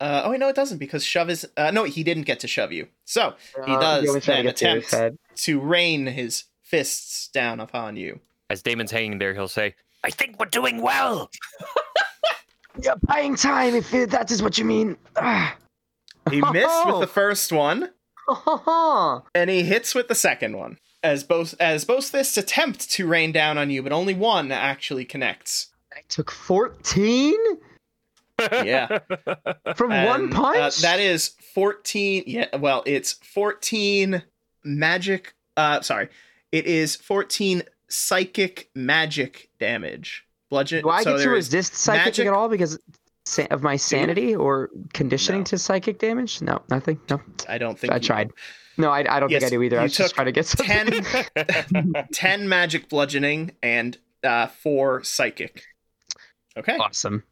A: Uh, oh, wait, no, it doesn't because shove is. Uh, no, he didn't get to shove you. So he
C: Uh,
A: does
C: always try to
A: then
C: get to his
A: attempt
C: head.
A: to rain his fists down upon you.
B: As Damon's hanging there, he'll say,
E: I think we're doing well.
C: You're buying time if it- that is what you mean. Ah. *laughs*
A: He missed with the first one, and he hits with the second one. As both as both fists attempt to rain down on you, but only one actually connects.
C: I took 14
A: Yeah.
C: from one
A: And,
C: punch.
A: uh, that is 14. Yeah, well, it's 14 magic. Uh, sorry. It is 14 psychic magic damage. Bludgeon.
C: Do I
A: so
C: get to
A: there is-
C: resist psychic
A: magic-
C: at all because sa- of my sanity or conditioning
A: No.
C: to psychic damage? No, nothing. No.
A: I don't think
C: I
A: you- *laughs*
C: tried. No, I, I don't
A: Yes,
C: think I do either. I
A: you
C: was just
A: took
C: trying to get *laughs* something.
A: 10, 10 magic bludgeoning and uh, 4 psychic. Okay. Uh,
C: Awesome.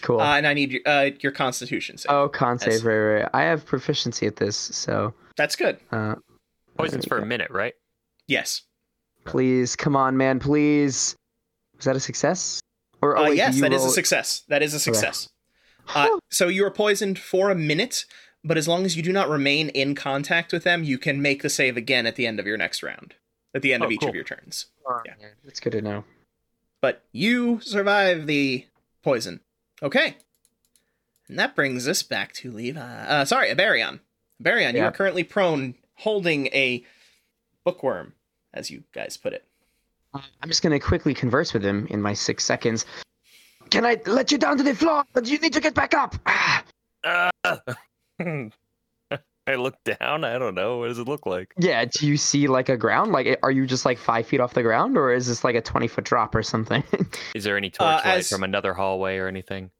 C: Cool.
A: and I need your, uh, your constitution save.
C: oh, con
A: yes.
C: save. Right, right, right. I have proficiency at this, so
A: That's good.
C: uh,
B: *laughs* "Poisons
C: there
B: for
C: we
B: a
E: *laughs*
B: minute, right?"
A: Yes.
C: go. Please, come on, man. Please. Was that a success? Or oh,
A: Uh,
C: wait, do
A: yes,
C: you
A: that is a
C: roll-
A: success. That is a success. Uh, so you are poisoned for a minute, but as long as you do not remain in contact with them, you can make the save again at the end of your next round, at the end of
B: Oh,
A: each of
B: cool.
A: your turns. yeah.
C: That's good to know.
A: But you survive the poison. Okay. And that brings us back to Levi. Uh, sorry, Abarion. Abarion, you
C: Yeah.
A: are currently prone, holding a bookworm, as you guys put it.
C: Uh, I'm just gonna quickly converse with him in my six seconds. Can I let you down to the floor? But you need to get back up. *sighs* Ah.
E: Uh, I look down. I don't know. What does it look like?
C: Yeah. Do you see like a ground? Like, are you just like five feet off the ground, or is this like a twenty foot drop or something? *laughs*
B: Is there any torchlight
A: Uh, as-
B: from another hallway or anything?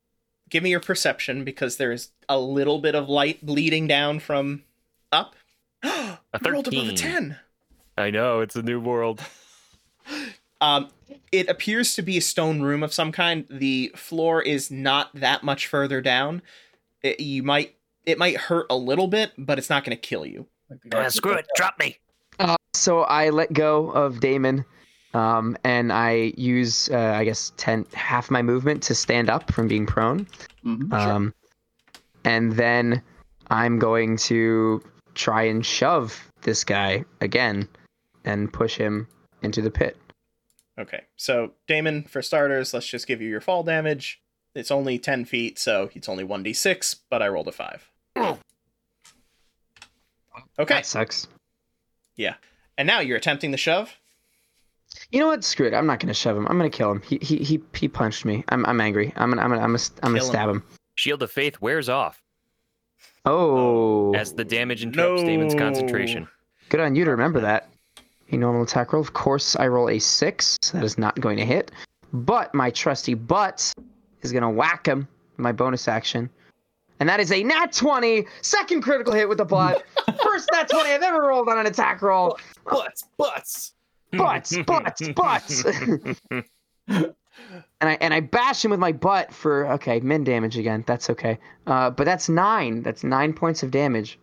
A: Give me your perception because there is a little bit of light bleeding down from up. *gasps* a rolled above a
B: 13.
A: 10.
B: I know it's a new world.
A: Um, it appears to be a stone room of some kind. The floor is not that much further down. It, you might it might hurt a little bit, but it's not going to kill you.
D: Like, we
E: Uh,
D: got-
E: screw it. Drop me.
C: Uh, so I let go of Damon, um, and I use, uh, I guess, ten half my movement to stand up from being prone.
D: Mhm.
C: Um, And then I'm going to try and shove this guy again, and push him into the pit.
A: Okay, so Damon, for starters, let's just give you your fall damage. It's only ten feet, so it's only one d six. But I rolled a five. Okay.
C: That sucks.
A: And now you're attempting the shove.
C: You know what? Screw it. I'm not gonna shove him. I'm gonna kill him. He he he, he punched me. I'm I'm angry. I'm gonna I'm gonna I'm gonna, I'm gonna
A: Kill him.
C: stab him.
B: Shield of Faith wears off
C: Oh,
B: as the damage interrupts
A: No.
B: Damon's concentration. *laughs*
C: good on you to remember that. A normal attack roll. Of course, I roll a six. That is not going to hit. But my trusty butt is gonna whack him. with My bonus action, and that is a nat twenty. Second critical hit with
F: *laughs*
C: the butt. First nat twenty I've ever rolled on an attack roll.
F: Butts, butts.
C: Butts,
F: *laughs*
C: butts, butts. and I and I bash him with my butt for okay min damage again. That's okay. Uh, but that's nine. That's nine points of damage.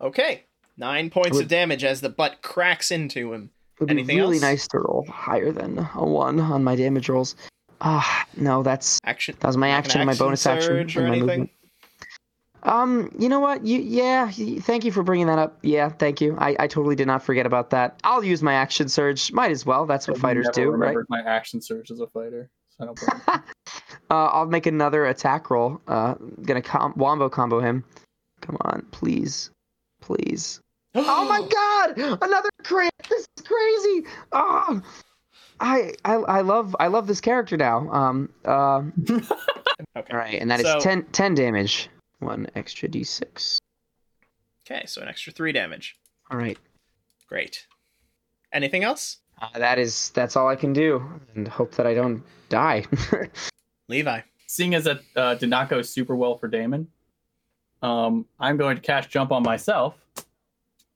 A: Okay. Nine points
C: Would-
A: of damage as the butt cracks into him.
C: It would be
A: Anything
C: really
A: else?
C: nice to roll higher than a one on my damage rolls. Ah, no, that's
A: Action.
C: that was my
A: like an
C: action, my bonus action,
A: surge or
C: and my
A: anything. *gasps*
C: movement. Um, you know what? You yeah. y- Thank you for bringing that up. Yeah, thank you. I, I totally did not forget about that. I'll use my action surge. Might as well. That's what
D: I've
C: fighters
D: never
C: do, right?
D: remembered my action surge as a fighter. So I don't blame you.
C: Uh, I'll make another attack roll. Uh, gonna com- wombo combo him. Come on, please, please. Oh my God! Another crit. This is crazy. Oh, I, I I love I love this character now. Um. Uh,
A: Okay.
C: all right, and that is
A: So-
C: 10, 10 damage. One extra d6.
A: Okay, so an extra three damage.
C: All right.
A: Great. Anything else?
C: Uh, that is that's all I can do, and hope that I don't die. *laughs*
A: Levi.
D: Seeing as that uh, did not go super well for Damon, um, I'm going to cast jump on myself,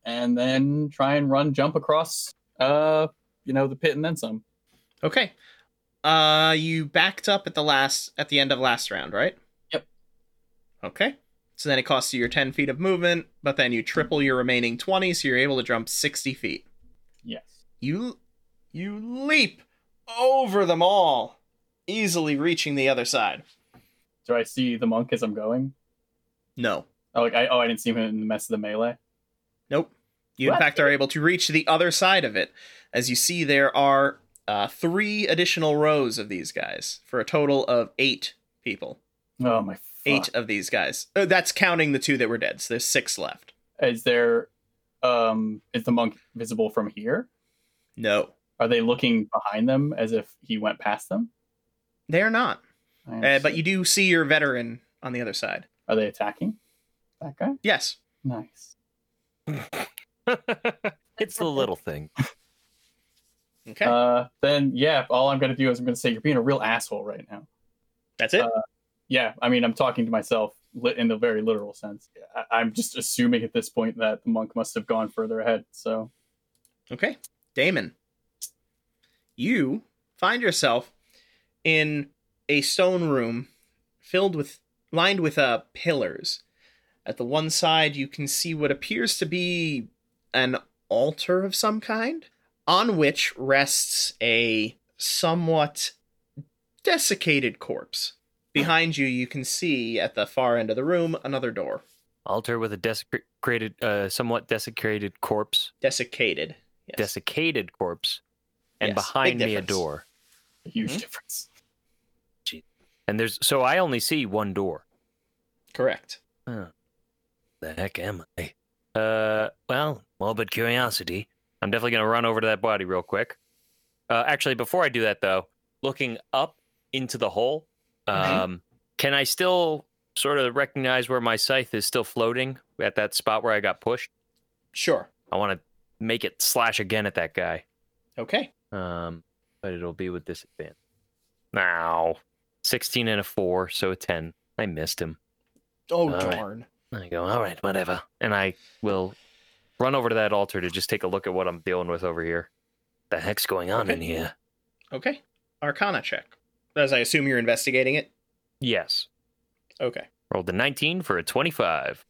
D: and then try and run jump across, uh, you know, the pit and then some.
A: Okay. Uh you backed up at the last at the end of last round, right?
D: Yep.
A: Okay. So then it costs you your ten feet of movement, but then you triple your remaining twenty, so you're able to jump sixty feet.
D: Yes.
A: You you leap over them all, easily reaching the other side.
D: Do I see the monk as I'm going?
A: No.
D: Oh, like I oh I didn't see him in the mess of the melee.
A: Nope. You, in
D: What?
A: fact, are able to reach the other side of it. As you see, there are uh, three additional rows of these guys for a total of eight people.
D: Oh my. Fuck.
A: Eight of these guys. Uh, that's counting the two that were dead. So there's six left.
D: Is there, um, is the monk visible from here?
A: No,
D: Are they looking behind them as if he went past them?
A: they're not.
D: I
A: Uh,
D: understand.
A: but you do see your veteran on the other side.
D: Are they attacking? That guy?
A: Yes.
D: Nice.
B: it's the little thing.
A: Okay.
D: Uh, then yeah, all I'm gonna do is I'm gonna say you're being a real asshole right now.
A: that's it.
D: uh, Yeah, I mean I'm talking to myself li- in the very literal sense. I- I'm just assuming at this point that the monk must have gone further ahead. So
A: Okay. Damon, you find yourself in a stone room filled with lined with uh pillars. At the one side you can see what appears to be an altar of some kind on which rests a somewhat desiccated corpse. Behind you you can see at the far end of the room another door.
B: Altar with a desecrated, uh, somewhat desecrated corpse,
A: Desiccated. Yes.
B: desiccated corpse, and
A: Yes, big
B: behind me a
A: difference.
B: door.
D: a huge
A: Mhm.
D: difference.
B: And there's so I only see one door.
A: Correct.
B: The heck am I? Uh, well, morbid curiosity. I'm definitely gonna run over to that body real quick. Uh, actually, before I do that though, looking up into the hole, um,
A: Mhm.
B: can I still sort of recognize where my scythe is still floating at that spot where I got pushed?
A: Sure.
B: I want to make it slash again at that guy.
A: Okay.
B: Um, but it'll be with disadvantage. Now, 16 and a 4, so a 10. I missed him.
A: Oh
B: All right.
A: darn.
B: I go, all right, whatever. And I will run over to that altar to just take a look at what I'm dealing with over here. The heck's going on in
A: Okay.
B: here?
A: Okay. Arcana check. As I assume you're investigating it.
B: Yes.
A: Okay.
B: Rolled a 19 for a 25.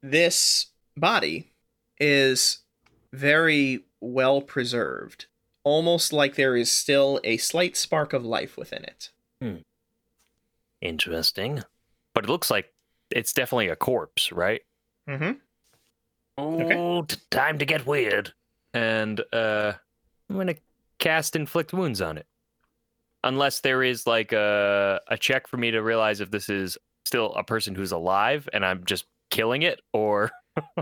A: This body is very well preserved, almost like there is still a slight spark of life within it.
B: Interesting. But it looks like it's definitely a corpse, right?
A: Mm-hmm.
B: Oh, t- time to get weird. And uh, I'm gonna cast inflict wounds on it, unless there is like a a check for me to realize if this is still a person who's alive and I'm just killing it, or *laughs*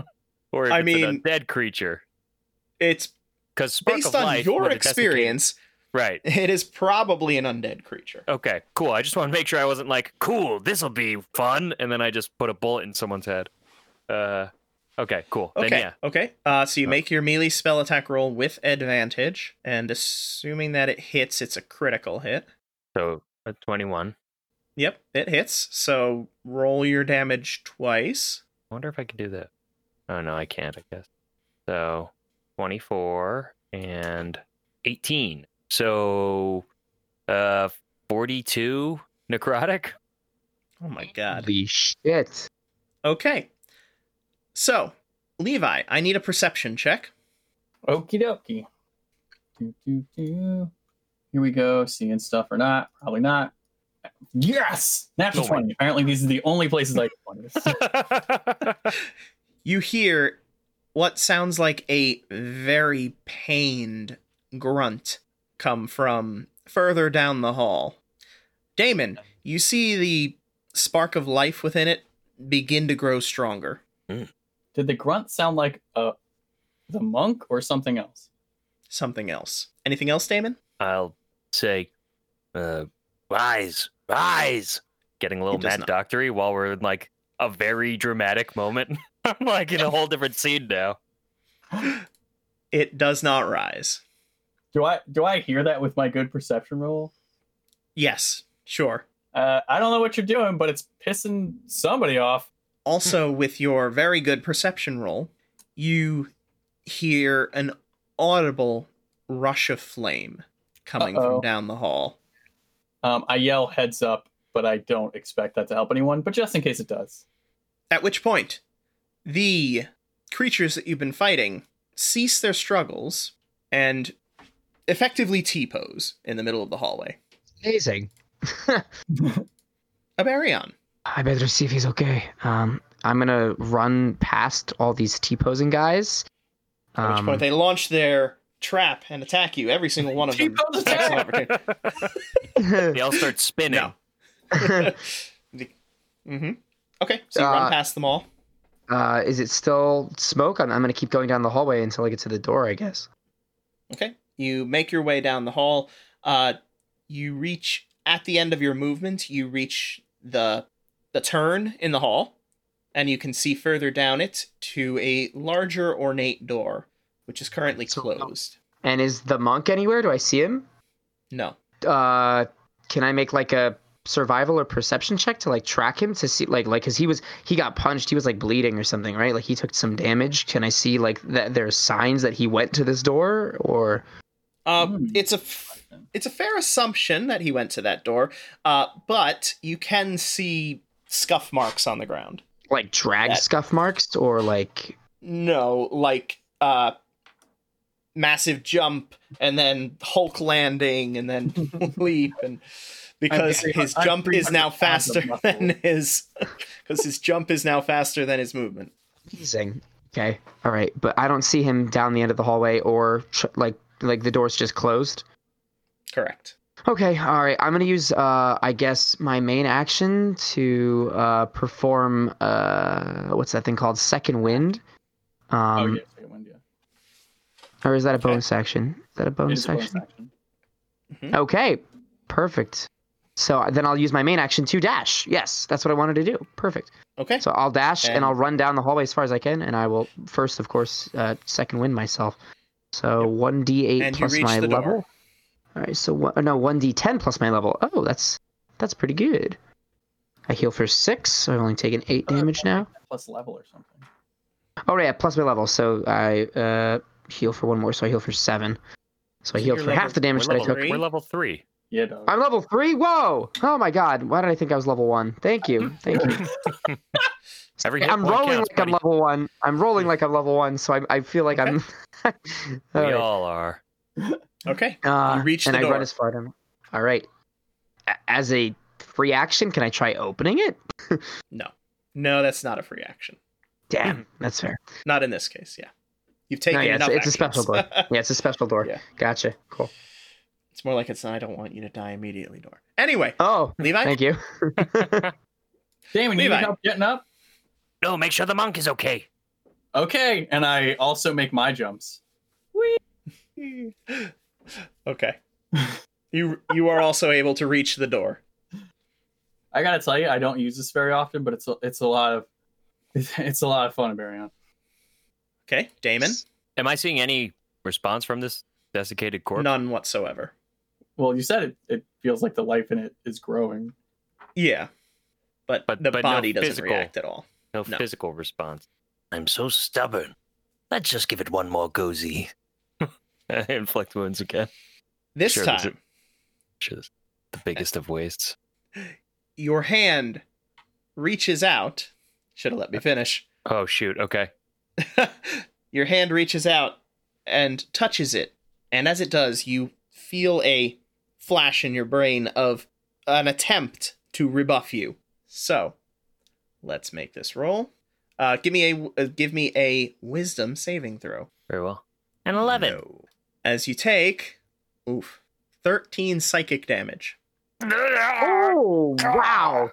B: or if
A: I
B: it's a
A: mean-
B: dead creature.
A: It's
B: Because spark
A: based
B: of
A: on
B: life
A: your
B: would authenticate-
A: experience.
B: right?
A: It is probably an undead creature.
B: Okay, cool. I just want to make sure I wasn't like, cool, this will be fun, and then I just put a bullet in someone's head. Uh, okay, cool. Then
A: Okay.
B: yeah,
A: Okay. Uh, so you
B: Uh.
A: make your melee spell attack roll with advantage, and assuming that it hits, it's a critical hit.
B: so a twenty-one.
A: Yep, it hits. So roll your damage twice.
B: I wonder if I can do that. Oh no, I can't. I guess so. Twenty-four and eighteen. So, uh, forty-two
C: *laughs*
B: necrotic. *laughs*
A: Oh my god.
C: Holy shit.
A: Okay. So, Levi, I need a perception check.
D: Okie dokie. Do, do, do. Here we go. Seeing stuff or not? Probably not. Yes! Natural
B: Oh my-
D: 20. Apparently, these are the only places I can find this. *laughs*
A: You hear what sounds like a very pained grunt come from further down the hall. Damon, you see the spark of life within it begin to grow stronger.
D: Did the grunt sound like uh, the monk or something else?
A: Something else. Anything else, Damon?
B: I'll say, uh, rise, rise. Getting a little
A: It does not.
B: mad doctory while we're in like a very dramatic moment. *laughs* I'm like in a whole different scene now.
A: It does not rise.
D: Do I do I hear that with my good perception roll?
A: Yes, sure.
D: Uh, I don't know what you're doing, but it's pissing somebody off.
A: Also,
D: Hmm.
A: with your very good perception roll, you hear an audible rush of flame coming
D: Uh-oh.
A: from down the hall.
D: Um, I yell heads up, but I don't expect that to help anyone. But just in case it does,
A: At which point, the creatures that you've been fighting cease their struggles and effectively T pose in the middle of the hallway.
C: Amazing.
A: A baryon.
C: I better see if he's okay. Um, I'm gonna run past all these T posing guys.
A: At which
C: Um,
A: point, they launch their trap and attack you, every single one of them.
D: T-pose attack!
A: Excellent opportunity.
C: Um, *laughs*
B: They all start spinning.
A: No. mm-hmm. Okay, so you
C: Uh,
A: run past them all.
C: uh, is it still smoke? I'm, I'm gonna keep going down the hallway until I get to the door, I guess.
A: Okay, you make your way down the hall. Uh, you reach at the end of your movement. You reach the the turn in the hall, and you can see further down it to a larger ornate door, which is currently
C: So-
A: closed.
C: And is the monk anywhere? Do I see him?
A: No,
C: Uh, can I make like a survival or perception check to like track him to see like like because he was he got punched he was like bleeding or something right like he took some damage can i see like that there's signs that he went to this door or
A: uh,
D: Hmm.
A: it's a f- it's a fair assumption that he went to that door, uh, but you can see scuff marks on the ground.
C: like drag
A: That-
C: scuff marks or like
A: No, like uh massive jump and then Hulk landing and then *laughs* leap and because
D: I'm-
A: his
D: I'm
A: jump is now
D: 300 pounds of
A: faster *laughs* than
D: muscle.
A: his because his jump is now faster than his movement.
C: Amazing. Okay. All right, but I don't see him down the end of the hallway or tr- like like the door's just closed.
A: Correct.
C: Okay. All right. I'm gonna use uh I guess my main action to uh perform uh what's that thing called second wind. Um,
D: oh yeah, second wind, yeah.
C: or is that a bonus action? Is that a
D: It
C: bonus
D: is a bonus
C: action?
D: action.
C: Okay. Perfect. So uh, then I'll use my main action to dash. Yes, that's what I wanted to do. Perfect.
A: Okay.
C: So I'll dash and,
A: And-
C: I'll run down the hallway as far as I can, and I will first, of course, uh, second win myself. So one d eight
A: And you
C: plus
A: reach
C: my
A: the door.
C: level. All right, so one, uh, no one d ten plus my level. Oh, that's that's pretty good. I heal for six. So I've only taken eight damage now.
D: Plus level or something.
C: Oh yeah, plus my level. So I uh, heal for one more. So I heal for seven. So I
A: Isn't
C: healed
A: your
C: for half
A: level-
C: the
B: We're,
C: damage that I
B: level,
C: took.
A: three?
B: we're level three.
D: Yeah, dog.
C: I'm level three. Whoa! Oh my god! Why did I think I was level one? Thank you. Thank you.
B: Every hit
C: I'm
B: point
C: rolling
B: counts,
C: like
B: buddy.
C: I'm level one. I'm rolling like I'm level one, so I, I feel like I'm. *laughs*
B: We
C: All right.
B: all are.
A: Okay.
C: Uh,
A: You reach
C: and
A: the
C: I
A: door.
C: run as far down. All right. A- As a free action, can I try opening it?
A: No, that's not a free action.
C: Damn, that's fair.
A: Not in this case, yeah. You've taken
C: No, yeah, it's,
A: Mm-hmm. enough
C: it's a
A: actions.
C: special door. Yeah, it's a special door.
A: Yeah.
C: Gotcha. Cool.
A: *laughs* it's more like it's an I don't want you to die immediately door. Anyway,
C: Oh,
A: Levi?
C: thank you.
D: Damon, you need
A: Levi.
D: help getting up?
B: No, make sure the monk is okay.
D: Okay, and I also make my jumps.
A: *laughs* Okay. you you are also able to reach the door.
D: I gotta tell you, I don't use this very often, but it's a, it's a lot of *laughs* it's a lot of fun, Baryon.
A: Okay, Damon.
B: Am I seeing any response from this desiccated corpse?
A: None whatsoever.
D: Well, you said it, it feels like the life in it is growing.
A: Yeah. But,
B: But-
A: the
B: but no
A: body doesn't
B: physical.
A: react at all.
B: no,
A: no.
B: physical response.
E: I'm so stubborn. Let's just give it one more gozy.
B: *laughs* Inflict wounds again.
A: This
B: Sure,
A: time,
B: there's a- Which is the biggest of wastes.
A: your hand reaches out. Should have let me finish. *laughs*
B: Oh shoot. Okay.
A: your hand reaches out and touches it. And as it does, you feel a flash in your brain of an attempt to rebuff you. So, let's make this roll. Uh, give me a uh, give me a wisdom saving throw.
B: Very well.
E: An 11.
A: No. As you take, oof, 13 psychic damage.
C: Oh wow!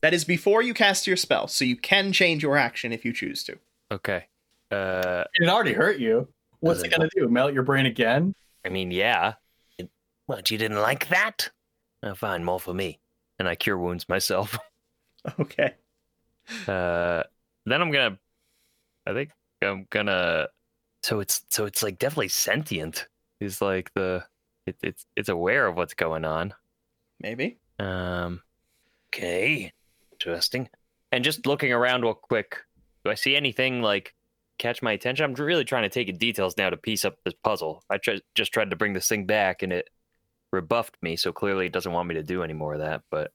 A: That is before you cast your spell, so you can change your action if you choose
B: *laughs*
A: to.
B: Okay. Uh,
D: It already hurt you. What's it gonna do? Melt your brain again?
B: I mean, yeah. Uh,
E: What, you didn't like that? Oh, fine, more for me.
B: And I cure wounds myself.
A: Okay.
B: Uh, then I'm gonna. I think I'm gonna. So it's so it's like definitely sentient. Is like the it, it's it's aware of what's going on.
A: Maybe.
B: Um,
E: Okay. Interesting.
B: and just looking around real quick, do I see anything like catch my attention? I'm really trying to take in details now to piece up this puzzle. I tr- just tried to bring this thing back, and it rebuffed me. So clearly, it doesn't want me to do any more of that. But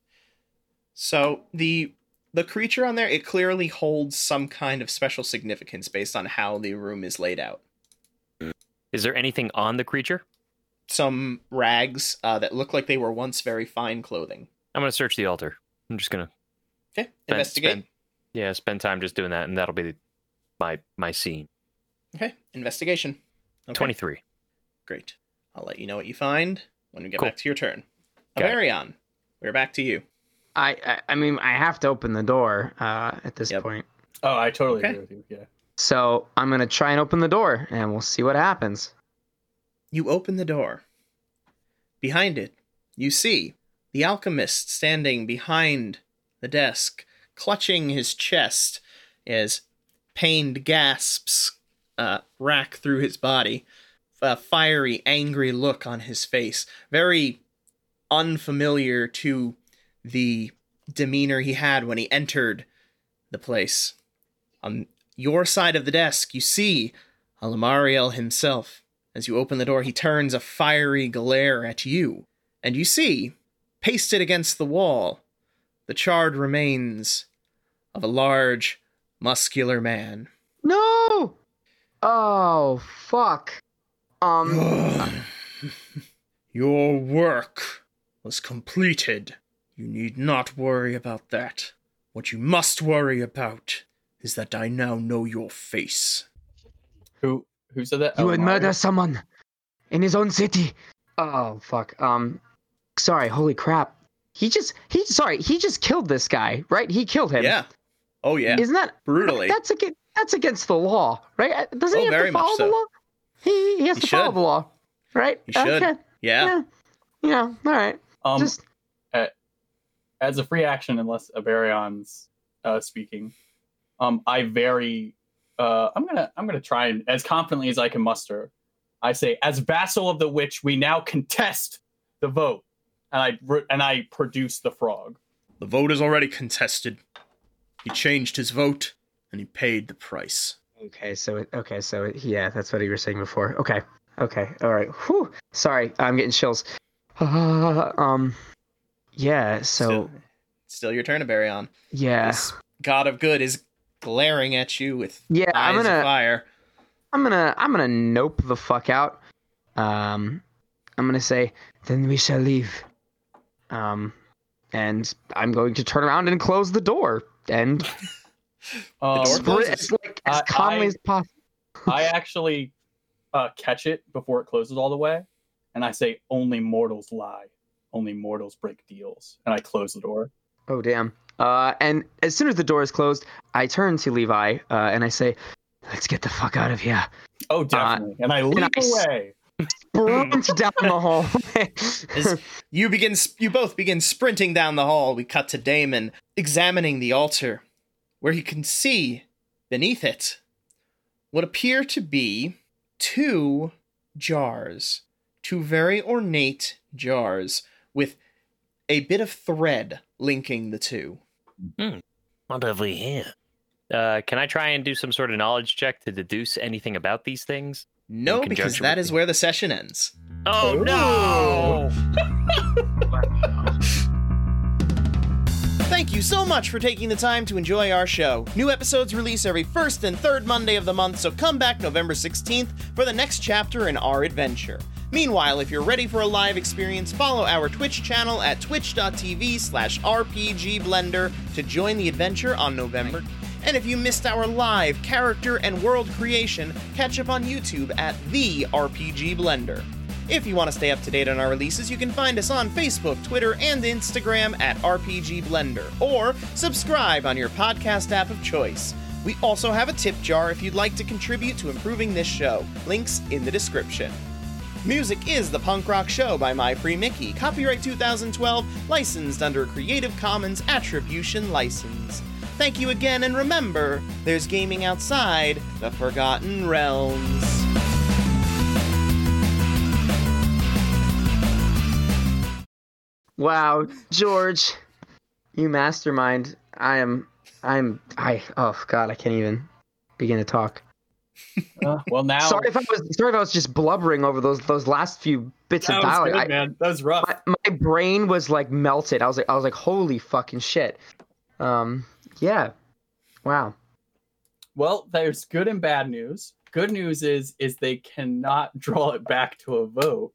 A: So the the creature on there, it clearly holds some kind of special significance based on how the room is laid out.
B: is there anything on the creature?
A: Some rags uh, that look like they were once very fine clothing.
B: I'm gonna search the altar. I'm just gonna
A: Okay.
B: spend-
A: investigate.
B: spend- yeah, spend time just doing that, and that'll be my my scene.
A: Okay. Investigation. Okay.
B: Twenty three.
A: Great. I'll let you know what you find when we get
B: Cool.
A: back to your turn.
B: Got it.
A: Avarion, we're back to you.
C: I, I I mean I have to open the door uh, at this
A: Yep.
C: point,
D: Oh, I totally
A: Okay.
D: agree with you. Yeah.
C: so I'm gonna try and open the door, and we'll see what happens.
A: You open the door. Behind it, you see the alchemist standing behind the desk, clutching his chest as pained gasps uh, rack through his body, a fiery, angry look on his face, very unfamiliar to the demeanor he had when he entered the place. On your side of the desk, you see Alamariel himself. As you open the door, he turns a fiery glare at you, and you see, pasted against the wall, the charred remains of a large, muscular man.
C: No! Oh fuck! Um,
A: *gasps* *sighs* Your work was completed. You need not worry about that. What you must worry about is that I now know your face.
D: Who who said that?
C: you
D: Oh,
C: would
D: Mario.
C: murder someone in his own city. Oh fuck. Um, sorry. Holy crap. He just he sorry he just killed this guy right? He killed him.
A: Yeah. Oh, yeah.
C: Isn't that
A: Brutally.
C: That's against that's against the law, right? Uh, Doesn't
A: Oh,
C: he have
A: very
C: to
A: much
C: follow the
A: so.
C: law? He he has
A: He
C: to follow
A: should.
C: the law, right?
A: He should.
C: Okay.
A: Yeah.
C: Yeah. Yeah. All right.
D: Um,
C: Just
D: as a free action, unless Averion's uh, speaking, um, I very, uh, I'm gonna, I'm gonna try and as confidently as I can muster, I say, as vassal of the witch, we now contest the vote, and I re- and I produce the frog.
A: The vote is already contested. He changed his vote, and he paid the price.
C: okay. So it- okay. So it- yeah, that's what you were saying before. Okay. Okay. All right. Whew. Sorry, I'm getting chills. *sighs* Uh, um. Yeah. So
A: still, still your turn, Baryon.
C: yeah.
A: This god of good is glaring at you with
C: Yeah.
A: eyes
C: I'm gonna.
A: of fire.
C: I'm gonna I'm gonna nope the fuck out. Um, I'm gonna say then we shall leave. Um, and I'm going to turn around and close the door and
D: Um,
A: door?
C: sprint
A: closes.
C: as, like, as
D: I-
C: calmly
D: I-
C: as possible.
D: I actually uh, catch it before it closes all the way, and I say, only mortals lie, only mortals break deals, and I close the door.
C: Oh damn. Uh, and as soon as the door is closed, I turn to Levi uh, and I say, let's get the fuck out of here. Uh,
D: Oh, definitely. and I leap
C: nice.
D: away.
C: Brooms down the hallway. *laughs*
A: As you begin, sp- you both begin sprinting down the hall. We cut to Damon examining the altar, where he can see beneath it what appear to be two jars, two very ornate jars with a bit of thread linking the two.
E: What have we here?
B: Uh, can I try and do some sort of knowledge check to deduce anything about these things?
A: No,
B: In
A: because
B: conjunction
A: that
B: with
A: is
B: the-
A: where the session ends.
E: Oh no!
F: Thank you so much for taking the time to enjoy our show. New episodes release every first and third Monday of the month, so come back November 16th for the next chapter in our adventure. Meanwhile, if you're ready for a live experience, follow our Twitch channel at twitch.tv slash rpgblender to join the adventure on November. And if you missed our live character and world creation, catch up on YouTube at the RPG Blender. If you want to stay up to date on our releases, you can find us on Facebook, Twitter, and Instagram at RPG Blender, or subscribe on your podcast app of choice. We also have a tip jar if you'd like to contribute to improving this show. Links in the description. Music is The Punk Rock Show by My Free Mickey, copyright 2012, licensed under a Creative Commons Attribution License. Thank you again, and remember, there's gaming outside the Forgotten Realms.
C: wow, George, you mastermind. I am. I'm. I. Oh God, I can't even begin to talk.
D: Uh, well, now.
C: Sorry if I was. Sorry if I was just blubbering over those those last few bits
D: that
C: of
D: was
C: dialogue.
D: good,
C: I-
D: man. That was rough.
C: my, my brain was like melted. I was like, I was like, holy fucking shit. Um, yeah, wow.
D: Well, there's good and bad news. Good news is is they cannot *laughs* draw it back to a vote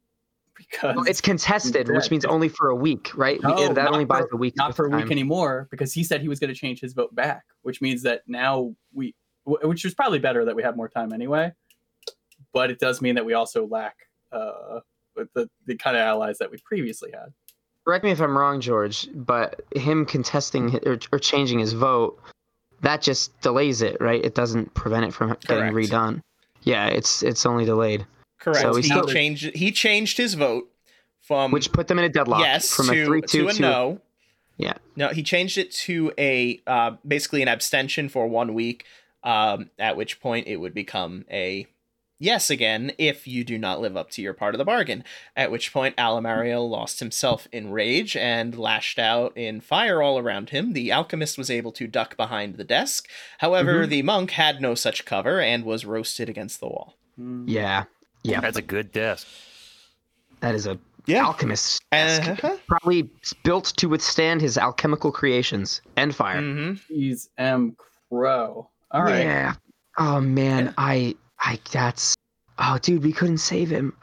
D: because
C: Well, it's contested,
D: Yeah,
C: which means
D: yeah.
C: only for a week, right? We-
D: No,
C: that
D: not
C: only buys
D: for-
C: a week.
D: not
C: of
D: for a week
C: time.
D: anymore because he said he was going to change his vote back, which means that now we, wh- which is probably better that we have more time anyway, but it does mean that we also lack uh, with the the kind of allies that we previously had.
C: Correct me if I'm wrong, George, but him contesting hi- or, or changing his vote, that just delays it, right? It doesn't prevent it from getting
A: Correct.
C: redone. Yeah, it's it's only delayed,
A: Correct.
C: So we
A: he
C: still-
A: changed. He changed his vote from
C: which put them in a deadlock.
A: Um, yes
C: from
A: to
C: a three
A: to
C: two
A: a no.
C: Yeah.
A: No, he changed it to a uh, basically an abstention for one week. Um, at which point it would become a yes again if you do not live up to your part of the bargain. At which point Alamario lost himself in rage and lashed out in fire all around him. The alchemist was able to duck behind the desk. However,
C: Mm-hmm.
A: the monk had no such cover and was roasted against the wall.
C: Yeah, yeah,
B: That's a good desk.
C: that is a
A: Yeah.
C: alchemist.
A: Uh-huh.
C: Probably built to withstand his alchemical creations and fire.
A: Mm-hmm.
D: Jeez, M. Crow. All right.
C: Yeah. Oh man, I I that's Oh dude, we couldn't save him.